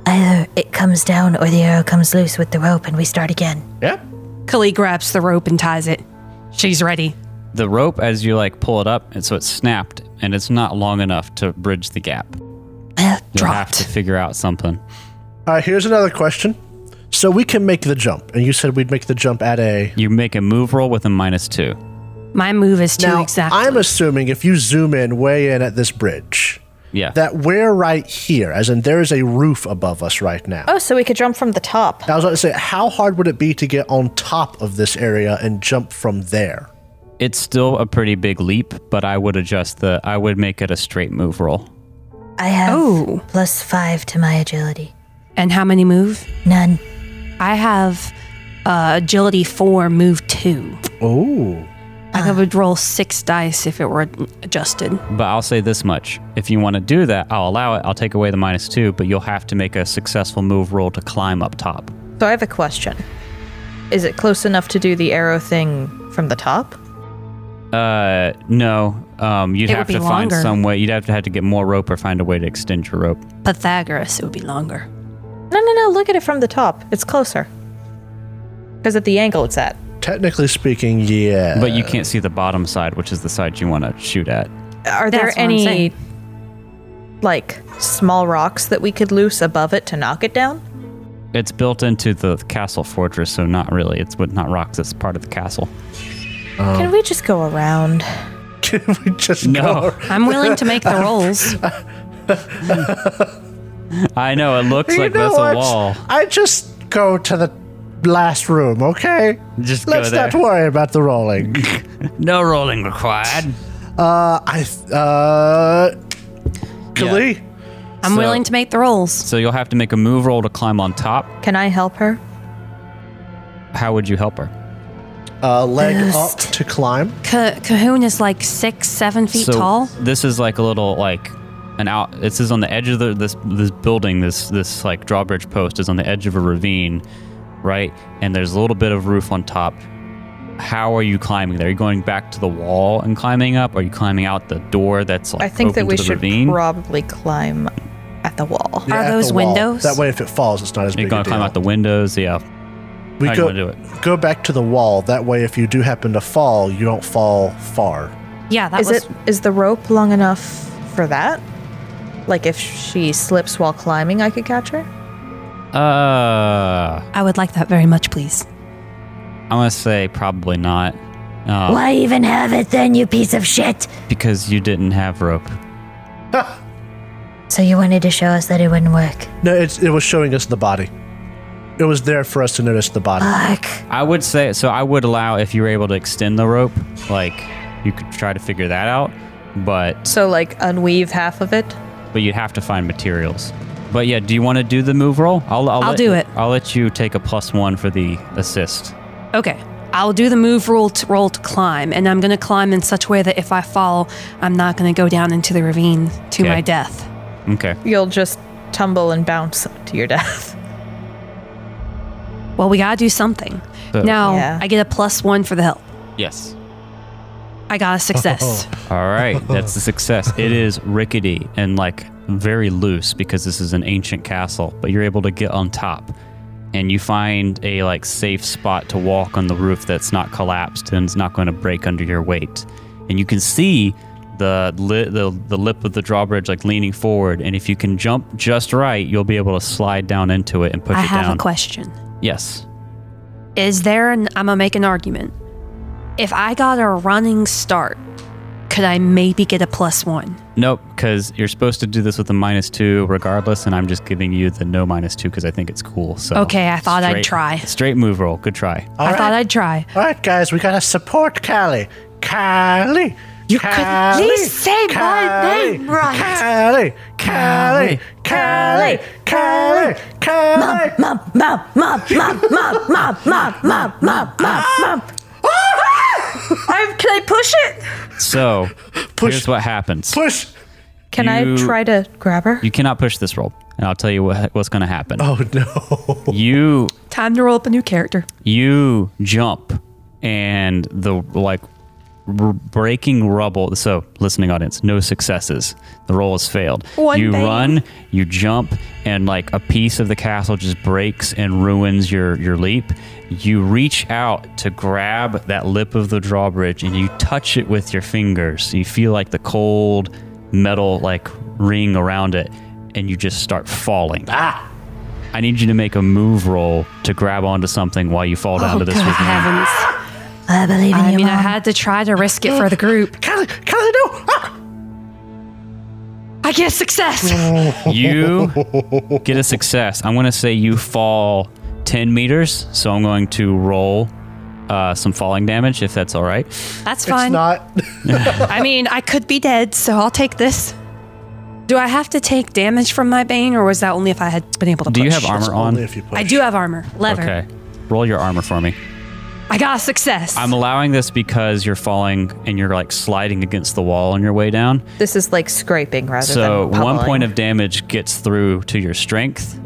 Either it comes down or the arrow comes loose with the rope and we start again. Yep. Kali grabs the rope and ties it. She's ready. The rope, as you like pull it up, and so it's snapped, and it's not long enough to bridge the gap. Well, You'll have to Dropped. figure out something. All right. Here's another question. So we can make the jump, and you said we'd make the jump at a. You make a move roll with a minus two. My move is two now exactly. I'm assuming if you zoom in way in at this bridge, Yeah. that we're right here, as in there is a roof above us right now. Oh, so we could jump from the top. I was about to say, how hard would it be to get on top of this area and jump from there? It's still a pretty big leap, but I would adjust the. I would make it a straight move roll. I have Oh. plus five to my agility. and how many move? None. I have uh, agility four, move two. Oh. I would roll six dice if it were adjusted. But I'll say this much. If you want to do that, I'll allow it. I'll take away the minus two, but you'll have to make a successful move roll to climb up top. So I have a question. Is it close enough to do the arrow thing from the top? Uh, no. Um, you'd It would have be to find longer. some way. You'd have to have to get more rope or find a way to extend your rope. Pythagoras, it would be longer. No, no, no. Look at it from the top. It's closer. Because at the angle it's at. Technically speaking, yeah. But you can't see the bottom side, which is the side you want to shoot at. Are That's what there I'm any saying. like small rocks that we could loose above it to knock it down? It's built into the castle fortress, so not really. It's with not rocks. It's part of the castle. Oh. Can we just go around? Can we just No. go? I'm willing to make the rolls. I know. It looks You like know that's what? a wall. I just go to the last room, okay? Just go Let's there. not worry about the rolling. No rolling required. uh, I th- uh, Kali, I'm So- willing to make the rolls. So you'll have to make a move roll to climb on top. Can I help her? How would you help her? uh, leg up Boost. to climb. Ca- Cahoon is like six, seven feet so tall. This is like a little like an out. This is on the edge of the, this this building. This this like drawbridge post is on the edge of a ravine, right? And there's a little bit of roof on top. How are you climbing there? Are you going back to the wall and climbing up? Are you climbing out the door that's like I think that open we to the should ravine? probably climb at the wall. Are at the those wall. windows? That way, if it falls, it's not as You're big a gonna climb deal. out the windows. Yeah, we how you go, wanna do go back to the wall. That way, if you do happen to fall, you don't fall far. Yeah, that Is was it is the rope long enough for that? Like if she slips while climbing, I could catch her? uh, I would like that very much, please. I'm gonna say probably not uh, Why even have it then, you piece of shit? because you didn't have rope. So you wanted to show us that it wouldn't work. No, it's, it was showing us the body. It was there for us to notice the Uh. body. Fuck. I would say so. I would allow if you were able to extend the rope, like you could try to figure that out, but So like unweave half of it? but you'd have to find materials. But yeah, do you want to do the move roll? I'll I'll, I'll let- do it. I'll let you take a plus one for the assist. Okay. I'll do the move roll to roll to climb, and I'm gonna climb in such a way that if I fall, I'm not gonna go down into the ravine to Okay. my death. Okay. You'll just tumble and bounce to your death. Well, we gotta do something. So- now Yeah. I get a plus one for the help. Yes. I got a Oh, success. All right, that's a success. It is rickety and like very loose because this is an ancient castle, but you're able to get on top and you find a like safe spot to walk on the roof that's not collapsed and it's not going to break under your weight. And you can see the, li- the the lip of the drawbridge like leaning forward and if you can jump just right, you'll be able to slide down into it and push I it have down. a question. yes. Is there an I'm gonna make an argument. If I got a running start, could I maybe get a plus one? Nope, because you're supposed to do this with a minus two regardless, and I'm just giving you the no minus two because I think it's cool. So Okay, I thought I'd try. Straight move roll, good try. I right. thought I'd try. All right, guys, we gotta support Callie. Callie. You could at least say my name right. Callie. Callie. Callie. Callie. Callie. Mom, mom, mom, mom, mom, mom, mom, mom, mom, mom, mom. i can I push it? So Push. here's what happens. Push. Can You- I try to grab her? You cannot push this roll, and I'll tell you what, what's going to happen. Oh no. You Time to roll up a new character. you jump, and the like r- breaking rubble. So listening audience, no successes. The roll has failed. One you bang. run, you jump, and like a piece of the castle just breaks and ruins your your leap. You reach out to grab that lip of the drawbridge, and you touch it with your fingers. You feel like the cold metal like ring around it, and you just start falling. Ah! I need you to make a move roll to grab onto something while you fall down to this God ravine. heavens. I believe in I you, mean, I Mom. had to try to risk it for the group. Callie. Callie, no. Ah! I get success. You get a success. I'm going to say you fall 10 meters, so I'm going to roll uh, some falling damage if that's all right. That's It's fine. not. I mean, I could be dead, so I'll take this. Do I have to take damage from my bane, or was that only if I had been able to Do you push? have armor Only on? if you push. I do have armor. Leather. Okay. Roll your armor for me. I got a success. I'm allowing this because you're falling and you're like sliding against the wall on your way down. This is like scraping rather So than pummeling. one point of damage gets through to your strength.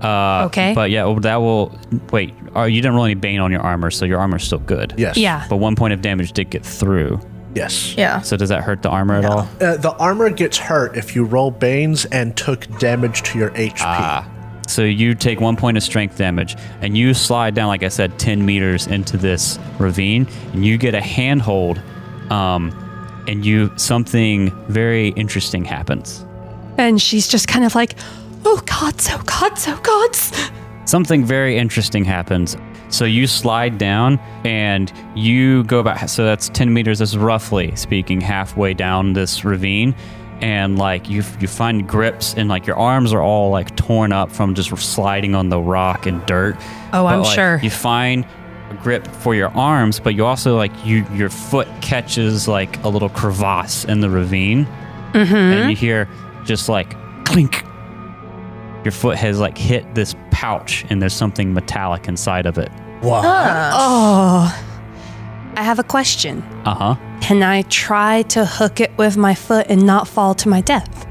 Uh, Okay. But yeah, well, that will. Wait, oh, you didn't roll any bane on your armor, so your armor's still good. Yes. yeah. But one point of damage did get through. Yes. yeah. So does that hurt the armor at all? Uh, the armor gets hurt if you roll Banes and took damage to your HP. So you take one point of strength damage, and you slide down, like I said, ten meters into this ravine, and you get a handhold, um, and you something very interesting happens. And she's just kind of like, oh gods, oh gods, oh gods. Something very interesting happens. So you slide down, and you go about. So that's ten meters. That's roughly speaking halfway down this ravine, and like you, you find grips, and like your arms are all like torn up from just sliding on the rock and dirt. Oh, I'm like, sure. You find a grip for your arms, but you also like you your foot catches like a little crevasse in the ravine, Mm-hmm. and you hear just like clink. Your foot has like hit this pouch, and there's something metallic inside of it. Oh. I have a question. Uh huh. Can I try to hook it with my foot and not fall to my death?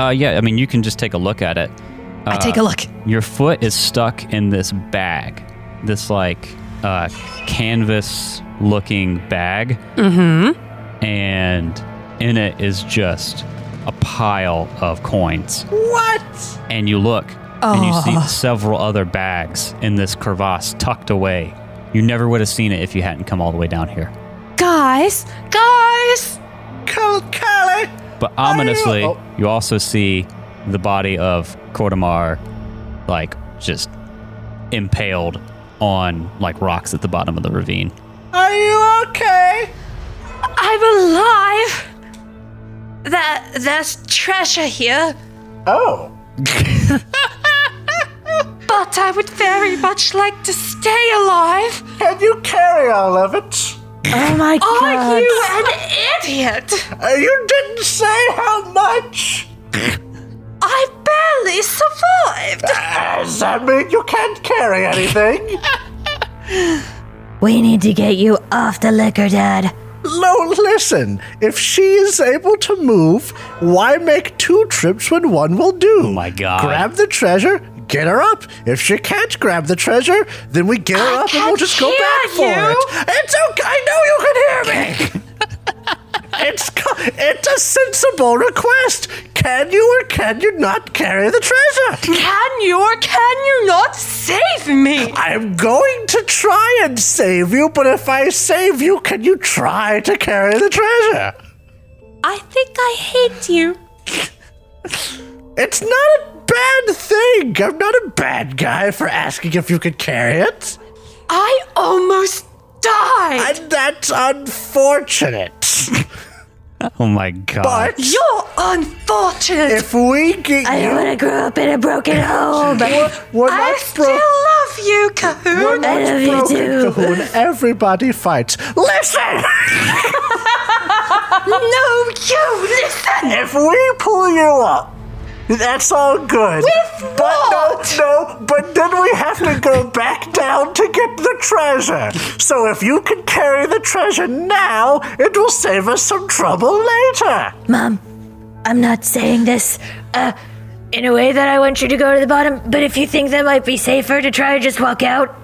Uh yeah. I mean, you can just take a look at it. I take a look. Your foot is stuck in this bag, this like uh, canvas-looking bag, mm-hmm. and in it is just a pile of coins. what? And you look, and you see several other bags in this crevasse tucked away. You never would have seen it if you hadn't come all the way down here. Guys, guys. But ominously, you oh. also see the body of Cordemar, like just impaled on like rocks at the bottom of the ravine. I'm alive. That there's treasure here, Oh. but I would very much like to stay alive. Can you carry all of it? Oh my god. you an idiot? Uh, you didn't say how much. I barely survived. Uh, Does that mean you can't carry anything? We need to get you off the liquor, Dad. no, listen. If she is able to move, why make two trips when one will do? Oh my God. Grab the treasure, get her up. If she can't grab the treasure, then we get her up and we'll just go back for it. It's okay. I know you can hear me. It's co- it's a sensible request. Can you or can you not carry the treasure? Can you or can you not save me? I'm going to try and save you, but if I save you, can you try to carry the treasure? I think I hate you. It's not a bad thing. I'm not a bad guy for asking if you could carry it. I almost died. And that's unfortunate. Oh my god. But You're unfortunate. if we get I don't you, want to grow up in a broken home. we're, we're not broke. love you, Cahoon. I love you too. Cahoon, everybody fights. Listen! No, you listen. if we pull you up, that's all good. With but what? no, no, but then we have to go back down to get the treasure. So if you can carry the treasure now, it will save us some trouble later. Mom, I'm not saying this uh, in a way that I want you to go to the bottom, but if you think that might be safer to try to just walk out,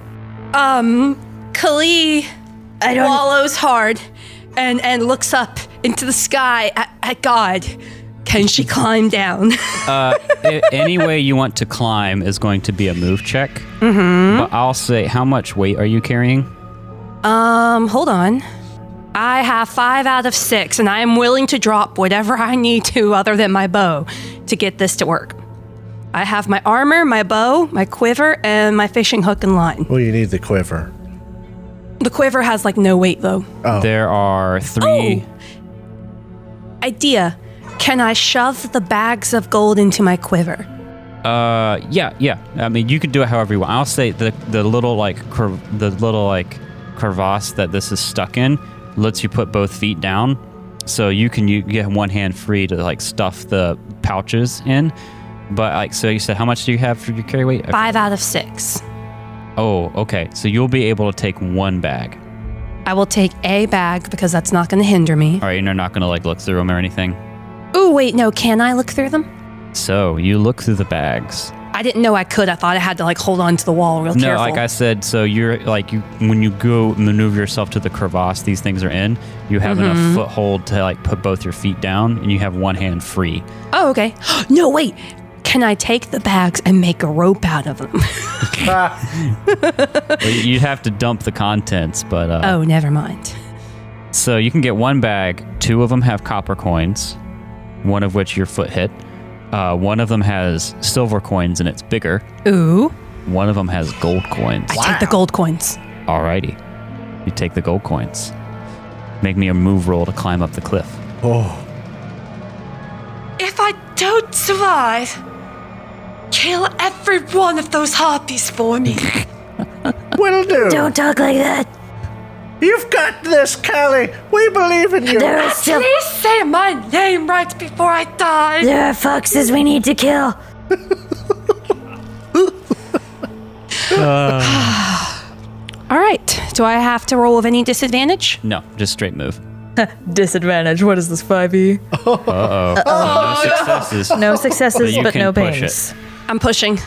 Um, Kali I don't. wallows hard and and looks up into the sky at, at God. Can she climb down? I- any way you want to climb is going to be a move check. Mm-hmm. But I'll say, how much weight are you carrying? um, hold on. I have five out of six, and I am willing to drop whatever I need to, other than my bow, to get this to work. I have my armor, my bow, my quiver, and my fishing hook and line. Well, you need the quiver. The quiver has like no weight though. There are three. Idea. Can I shove the bags of gold into my quiver? Uh, yeah, yeah. I mean, you could do it however you want. I'll say the the little like cur- the little like crevasse that this is stuck in lets you put both feet down, so you can you get one hand free to like stuff the pouches in. But like, so you said, how much do you have for your carry weight? Five out of six. Oh, okay. So you'll be able to take one bag. I will take a bag because that's not going to hinder me. All right, and you're not gonna like look through them or anything. Oh, wait, no. Can I look through them? So you look through the bags. I didn't know I could. I thought I had to like hold on to the wall real No, Oh, careful. like I said, so you're like you when you go maneuver yourself to the crevasse these things are in, you have enough foothold to like put both your feet down and you have one hand free. Oh, okay. no, wait. Can I take the bags and make a rope out of them? Well, You'd have to dump the contents, but uh, oh, never mind. so you can get one bag. Two of them have copper coins, one of which your foot hit. Uh, one of them has silver coins and it's bigger. Ooh. One of them has gold coins. I take the gold coins. Alrighty. You take the gold coins. Make me a move roll to climb up the cliff. If I don't survive, kill every one of those harpies for me. Will do. Don't talk like that. You've got this, Callie. We believe in you. There are still Please say my name right before I die. there are foxes we need to kill. All right. Do I have to roll with any disadvantage? No, just straight move. Disadvantage. What is this, E? 5e? No successes. No successes, But you but can no push pains. I'm pushing.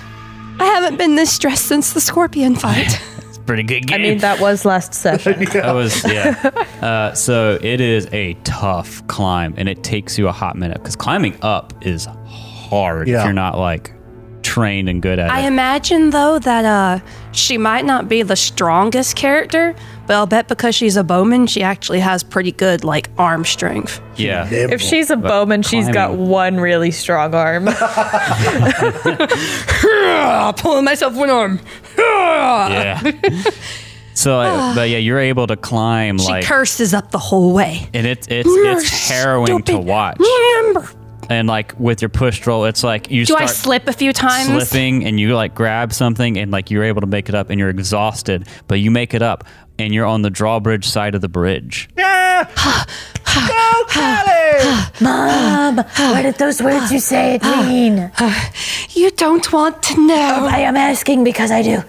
I haven't been this stressed since the scorpion fight. It's a pretty good game. I mean, that was last session. That was yeah. Uh, so it is a tough climb, and it takes you a hot minute because climbing up is hard if Yeah. you're not like trained and good at I it. imagine though that uh she might not be the strongest character, but I'll bet because she's a bowman, she actually has pretty good like arm strength. yeah. If she's a bowman, she's got climbing. one really strong arm. I'm pulling myself one arm. yeah. So, uh, but yeah, you're able to climb Ah. She like, curses up the whole way. and it's it's it's harrowing to Stupid. watch. Remember. And like with your push roll, it's like you Do I start slip a few times? slipping, and you like grab something, and like you're able to make it up, and you're exhausted, but you make it up, and you're on the drawbridge side of the bridge. Yeah. Go, Callie. Mom, what did those words you said mean? You don't want to know. I am asking because I do.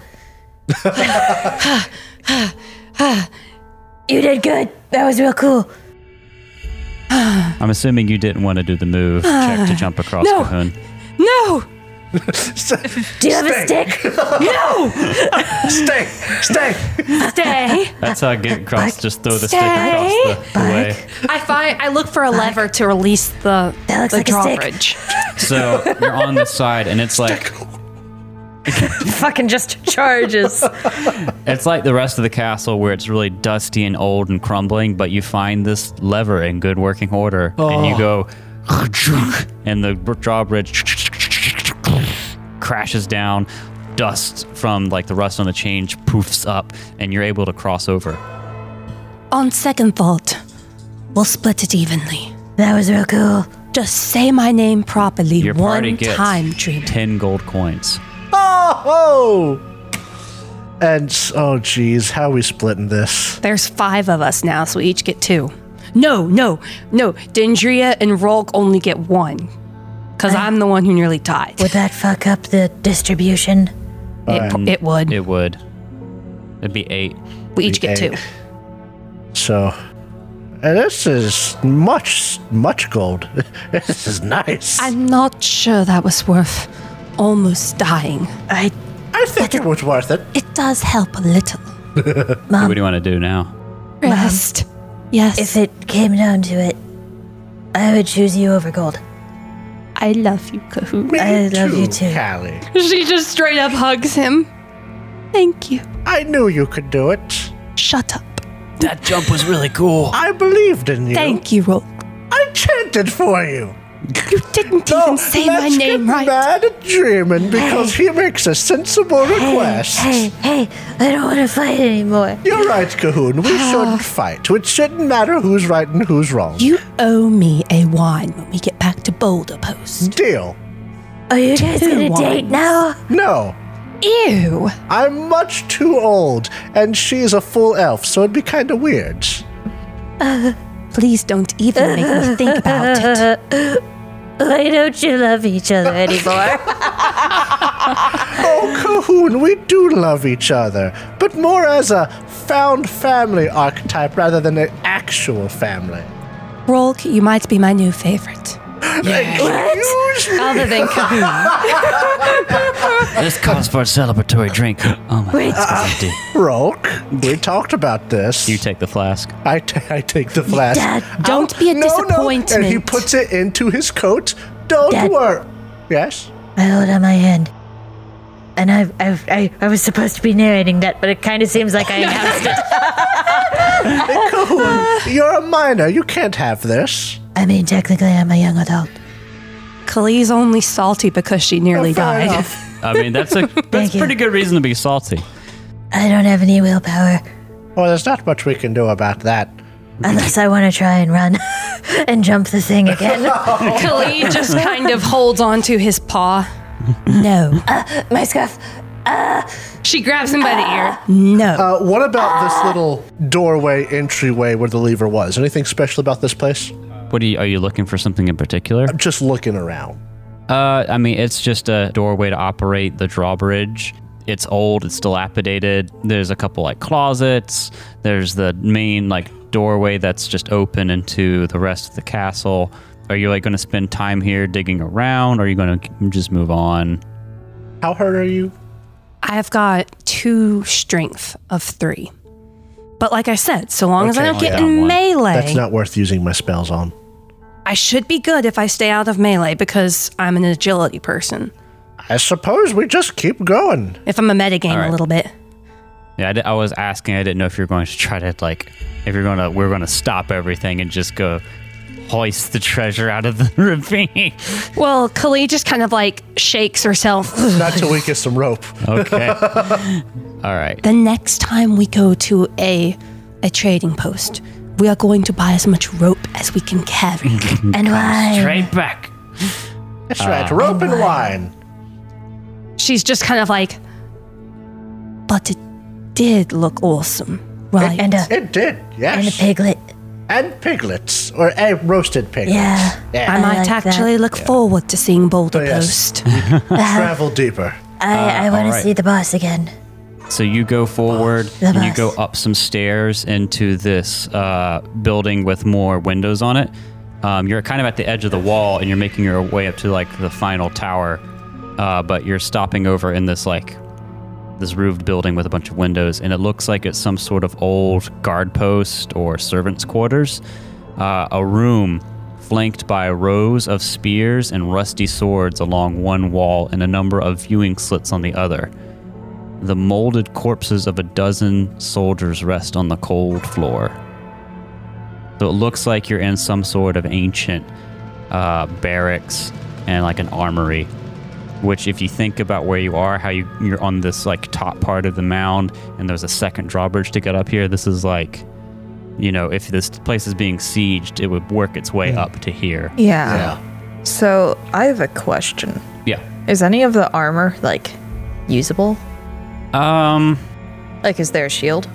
you did good. That was real cool. I'm assuming you didn't want to do the move check to jump across Ah. no. Cahoon. No. Do you have a stick? Stay. Stay. Stay. That's how I get across. Just throw the stick Stay across the, the way. I find I look for a lever to release the That looks the like a stick. drawbridge. So you're on the side, and it's like Fucking just charges. it's like the rest of the castle where it's really dusty and old and crumbling. But you find this lever in good working order, and you go, and the br- drawbridge crashes down. Dust from like the rust on the change poofs up, and you're able to cross over. On second thought, we'll split it evenly. That was real cool. Just say my name properly Your one party gets time, Dream. ten gold coins. Oh. ho. And s- oh, geez, how are we splitting this? There's five of us now, so we each get two. No, no, no. Dendria and Rolk only get one. Because I'm the one who nearly died. Would that fuck up the distribution? Um, It, it would. It would. It'd be eight. we each get Okay. two. So, and this is much, much gold. this is nice. I, I'm not sure that was worth almost dying. think it was worth it. It does help a little. what do you want to do now? Rest. Yes. If it came down to it, I would choose you over gold. I love you, Kahoot. Me I love you too. Callie. She just straight up hugs him. Thank you. I knew you could do it. Shut up. That jump was really cool. I believed in you. Thank you, Rolk. I chanted for you. You didn't even say my let's name get right. mad at Dreamin' because he makes a sensible request. Hey, hey, I don't want to fight anymore. You're right, Cahoon. We shouldn't fight. It shouldn't matter who's right and who's wrong. You owe me a wine when we get back to Boulder Post. Deal. Are you guys gonna date now? No. Ew. I'm much too old, and she's a full elf, so it'd be kind of weird. Please don't even make me think about it. Why don't you love each other anymore? Oh, Cahoon, we do love each other, but more as a found family archetype rather than an actual family. Rolk, you might be my new favorite. Excuse me. Other than Kahoon. This calls for a celebratory drink. Oh my Wait. god, it's empty. Roke, we talked about this. You take the flask. I ta- I take the flask. Oh, Dad, Don't be a disappointment. No. And he puts it into his coat. Don't Dad. worry. Yes? I hold out my hand. And I, I, I, I was supposed to be narrating that, but it kind of seems like I announced it. Uh. Cahoon, you're a minor. You can't have this. I mean, technically, I'm a young adult. Kalee's only salty because she nearly Fair died. enough. I mean, that's a that's you. pretty good reason to be salty. I don't have any willpower Well, there's not much we can do about that. unless I want to try and run and jump the thing again. Kalee just kind of holds onto his paw. No. Uh, my scarf. She grabs him by the ear. Uh, what about this little doorway entryway where the lever was? Anything special about this place? What are you, are you looking for something in particular? Just looking around. Uh, I mean, it's just a doorway to operate the drawbridge. It's old, it's dilapidated. There's a couple like closets. There's the main like doorway that's just open into the rest of the castle. Are you like going to spend time here digging around? Or are you going to just move on? How hurt are you? I've got two strength of three. But like I said, so long as I Okay, Oh, don't get yeah. in One. melee, That's not worth using my spells on. I should be good if I stay out of melee because I'm an agility person. I suppose we just keep going. If I'm a metagame right. a little bit. Yeah, I, di- I was asking. I didn't know if you're going to try to like, if you're going to, we're going to stop everything and just go hoist the treasure out of the ravine. Well, Kalee just kind of like shakes herself. Not till we get some rope. Okay. All right. the next time we go to a a trading post, we are going to buy as much rope as we can carry. Mm-hmm. And why? Straight back. That's Uh. right, rope and wine. She's just kind of like, but it did look awesome, right? And uh, a, It did, and a yes. And, piglet. piglets, or a roasted piglet. Yeah. I I might like that. actually look forward to seeing Boulder Oh, yes. Post. Uh-huh. Travel deeper. I, I want alright. to see the boss again. So you go forward The and you go bus. up some stairs into this uh, building with more windows on it. Um, you're kind of at the edge of the wall and you're making your way up to like the final tower, uh, but you're stopping over in this like this roofed building with a bunch of windows, and it looks like it's some sort of old guard post or servants' quarters. Uh, a room flanked by rows of spears and rusty swords along one wall and a number of viewing slits on the other. The molded corpses of a dozen soldiers rest on the cold floor. So it looks like you're in some sort of ancient uh, barracks and like an armory. Which, if you think about where you are, how you, you're on this like top part of the mound, and there's a second drawbridge to get up here, this is like, you know, if this place is being sieged, it would work its way up to here. Yeah. So I have a question. Yeah. Is any of the armor like usable? Um. Like, is there a shield?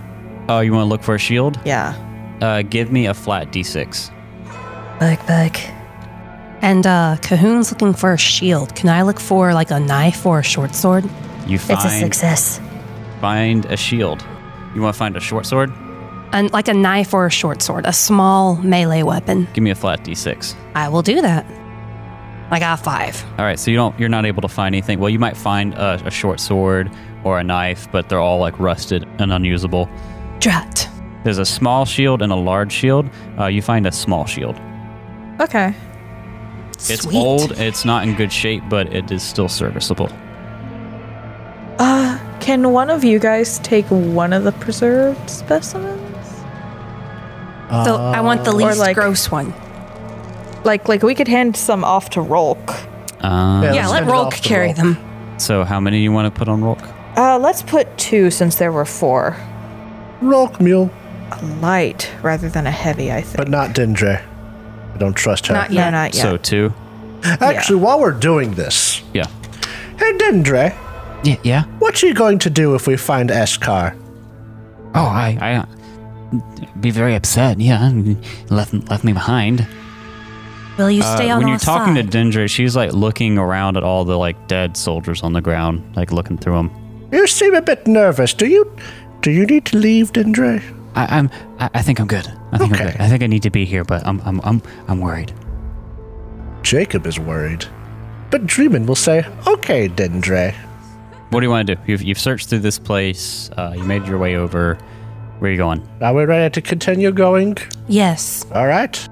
Oh, you want to look for a shield? Yeah. Uh, give me a flat d6. Bark, bark. And uh, Cahoon's looking for a shield. Can I look for like a knife or a short sword? You It's a find success. find a shield. You want to find a short sword? And like a knife or a short sword, a small melee weapon. Give me a flat d6. I will do that. I got five. All right, so you don't you're not able to find anything. Well, you might find a, a short sword or a knife, but they're all like rusted and unusable. Drat. There's a small shield and a large shield. Uh, you find a small shield. Okay. It's Sweet. old. It's not in good shape, but it is still serviceable. Uh, Can one of you guys take one of the preserved specimens? So I want the least like- gross one. Like, like we could hand some off to Rolk. Um, Yeah, let's let hand it Rolk off to carry Rolk. them. So how many you want to put on Rock? Uh, let's put two since there were four. Rock mule, A light rather than a heavy, I think. but not Dindre. I don't trust her. Not no, yet. not yet. So two. Actually, while we're doing this, Yeah. hey Dindre, Yeah. Yeah. what are you going to do if we find Eskar? Oh, I I uh, be very upset. Yeah, left left me behind. Will you stay Uh, on when our you're talking side? to Dendra, she's like looking around at all the like dead soldiers on the ground, like looking through them. You seem a bit nervous. Do you do you need to leave, Dendre? I, I'm. I, I think I'm good. I think Okay. I'm good. I think I need to be here, but I'm. I'm. I'm. I'm worried. Jacob is worried. But Dreamin will say, Okay, Dendre. What do you want to do? You've, you've searched through this place. Uh, you made your way over. Where are you going? Are we ready to continue going? Yes. Alright.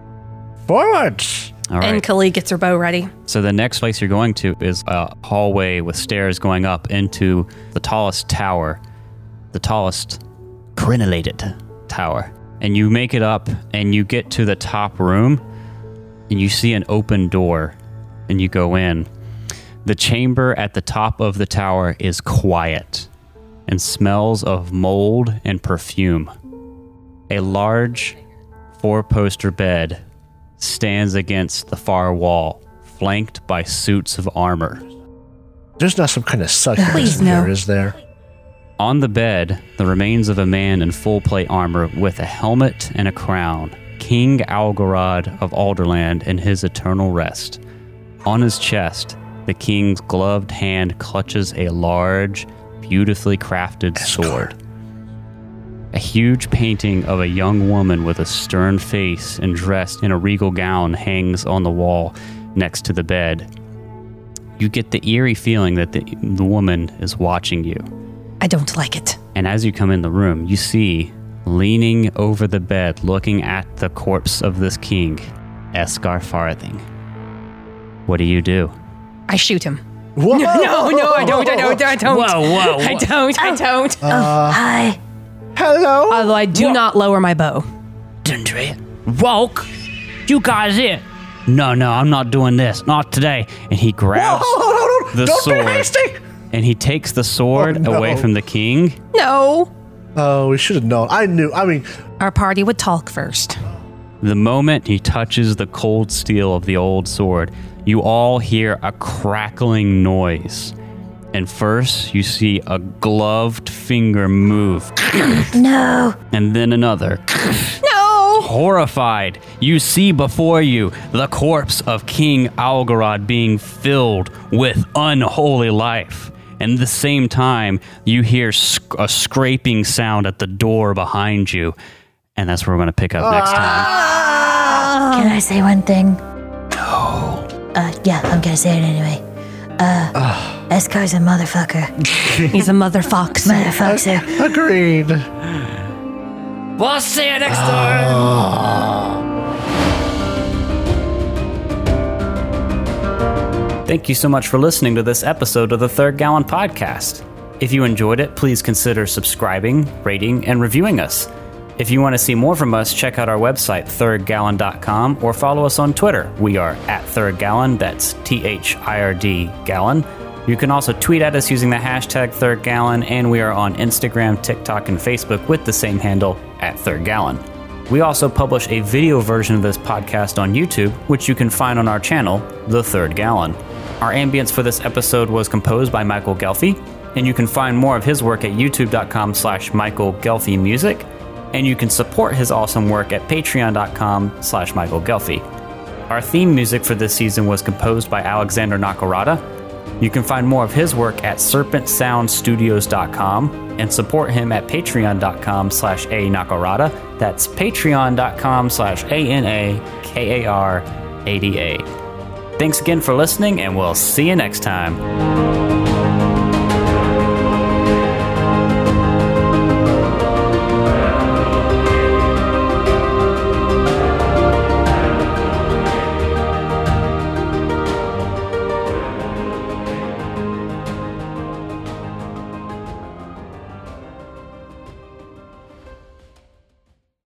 Forwards. All right. And Kali gets her bow ready. so the next place you're going to is a hallway with stairs going up into the tallest tower, the tallest crenellated tower. And you make it up, and you get to the top room, and you see an open door, and you go in. The chamber at the top of the tower is quiet and smells of mold and perfume. A large four poster bed stands against the far wall, flanked by suits of armor. There's not some kind of succubus Please, in no. here, is there? On the bed, the remains of a man in full plate armor with a helmet and a crown, King Algarod of Alderland in his eternal rest. On his chest, the king's gloved hand clutches a large, beautifully crafted sword. A huge painting of a young woman with a stern face and dressed in a regal gown hangs on the wall next to the bed. You get the eerie feeling that the, the woman is watching you. I don't like it. And as you come in the room, you see, leaning over the bed, looking at the corpse of this king, Escar Farthing. What do you do? I shoot him. Whoa! No, no, I don't. I don't. I don't. whoa, I don't. I don't. oh, hi. Hello? Although I do not lower my bow. Dundre, walk! You guys here! No, no, I'm not doing this. Not today. And he grabs the don't sword. be hasty! and he takes the sword Oh, no. away from the king. No. Oh, we should have known. I knew. I mean, Our party would talk first. The moment he touches the cold steel of the old sword, you all hear a crackling noise. And first, you see a gloved finger move, No. and then another. No. Horrified, you see before you the corpse of King Algarod being filled with unholy life. And at the same time, you hear sc- a scraping sound at the door behind you. And that's where we're going to pick up next time. Can I say one thing? No. Uh, yeah, I'm gonna say it anyway. Uh, Escar's a motherfucker. He's a mother fox. Motherfucker. agreed. We'll see you next time. Thank you so much for listening to this episode of the Third Gallon Podcast. If you enjoyed it, please consider subscribing, rating, and reviewing us. If you want to see more from us, check out our website, thirdgallon.com, or follow us on Twitter. We are at Third Gallon, that's T H I R D Gallon. You can also tweet at us using the hashtag Third Gallon, and we are on Instagram, TikTok, and Facebook with the same handle, at Third Gallon. We also publish a video version of this podcast on YouTube, which you can find on our channel, The Third Gallon. Our ambience for this episode was composed by Michael Gelfie, and you can find more of his work at youtube.com slash Michael Gelfie Music, and you can support his awesome work at patreon.com slash Michael Gelfie. Our theme music for this season was composed by Alexander Nakarada, you can find more of his work at serpentsoundstudios.com and support him at patreon.com slash a nakarada. That's patreon.com slash A-N-A-K-A-R-A-D-A. Thanks again for listening, and we'll see you next time.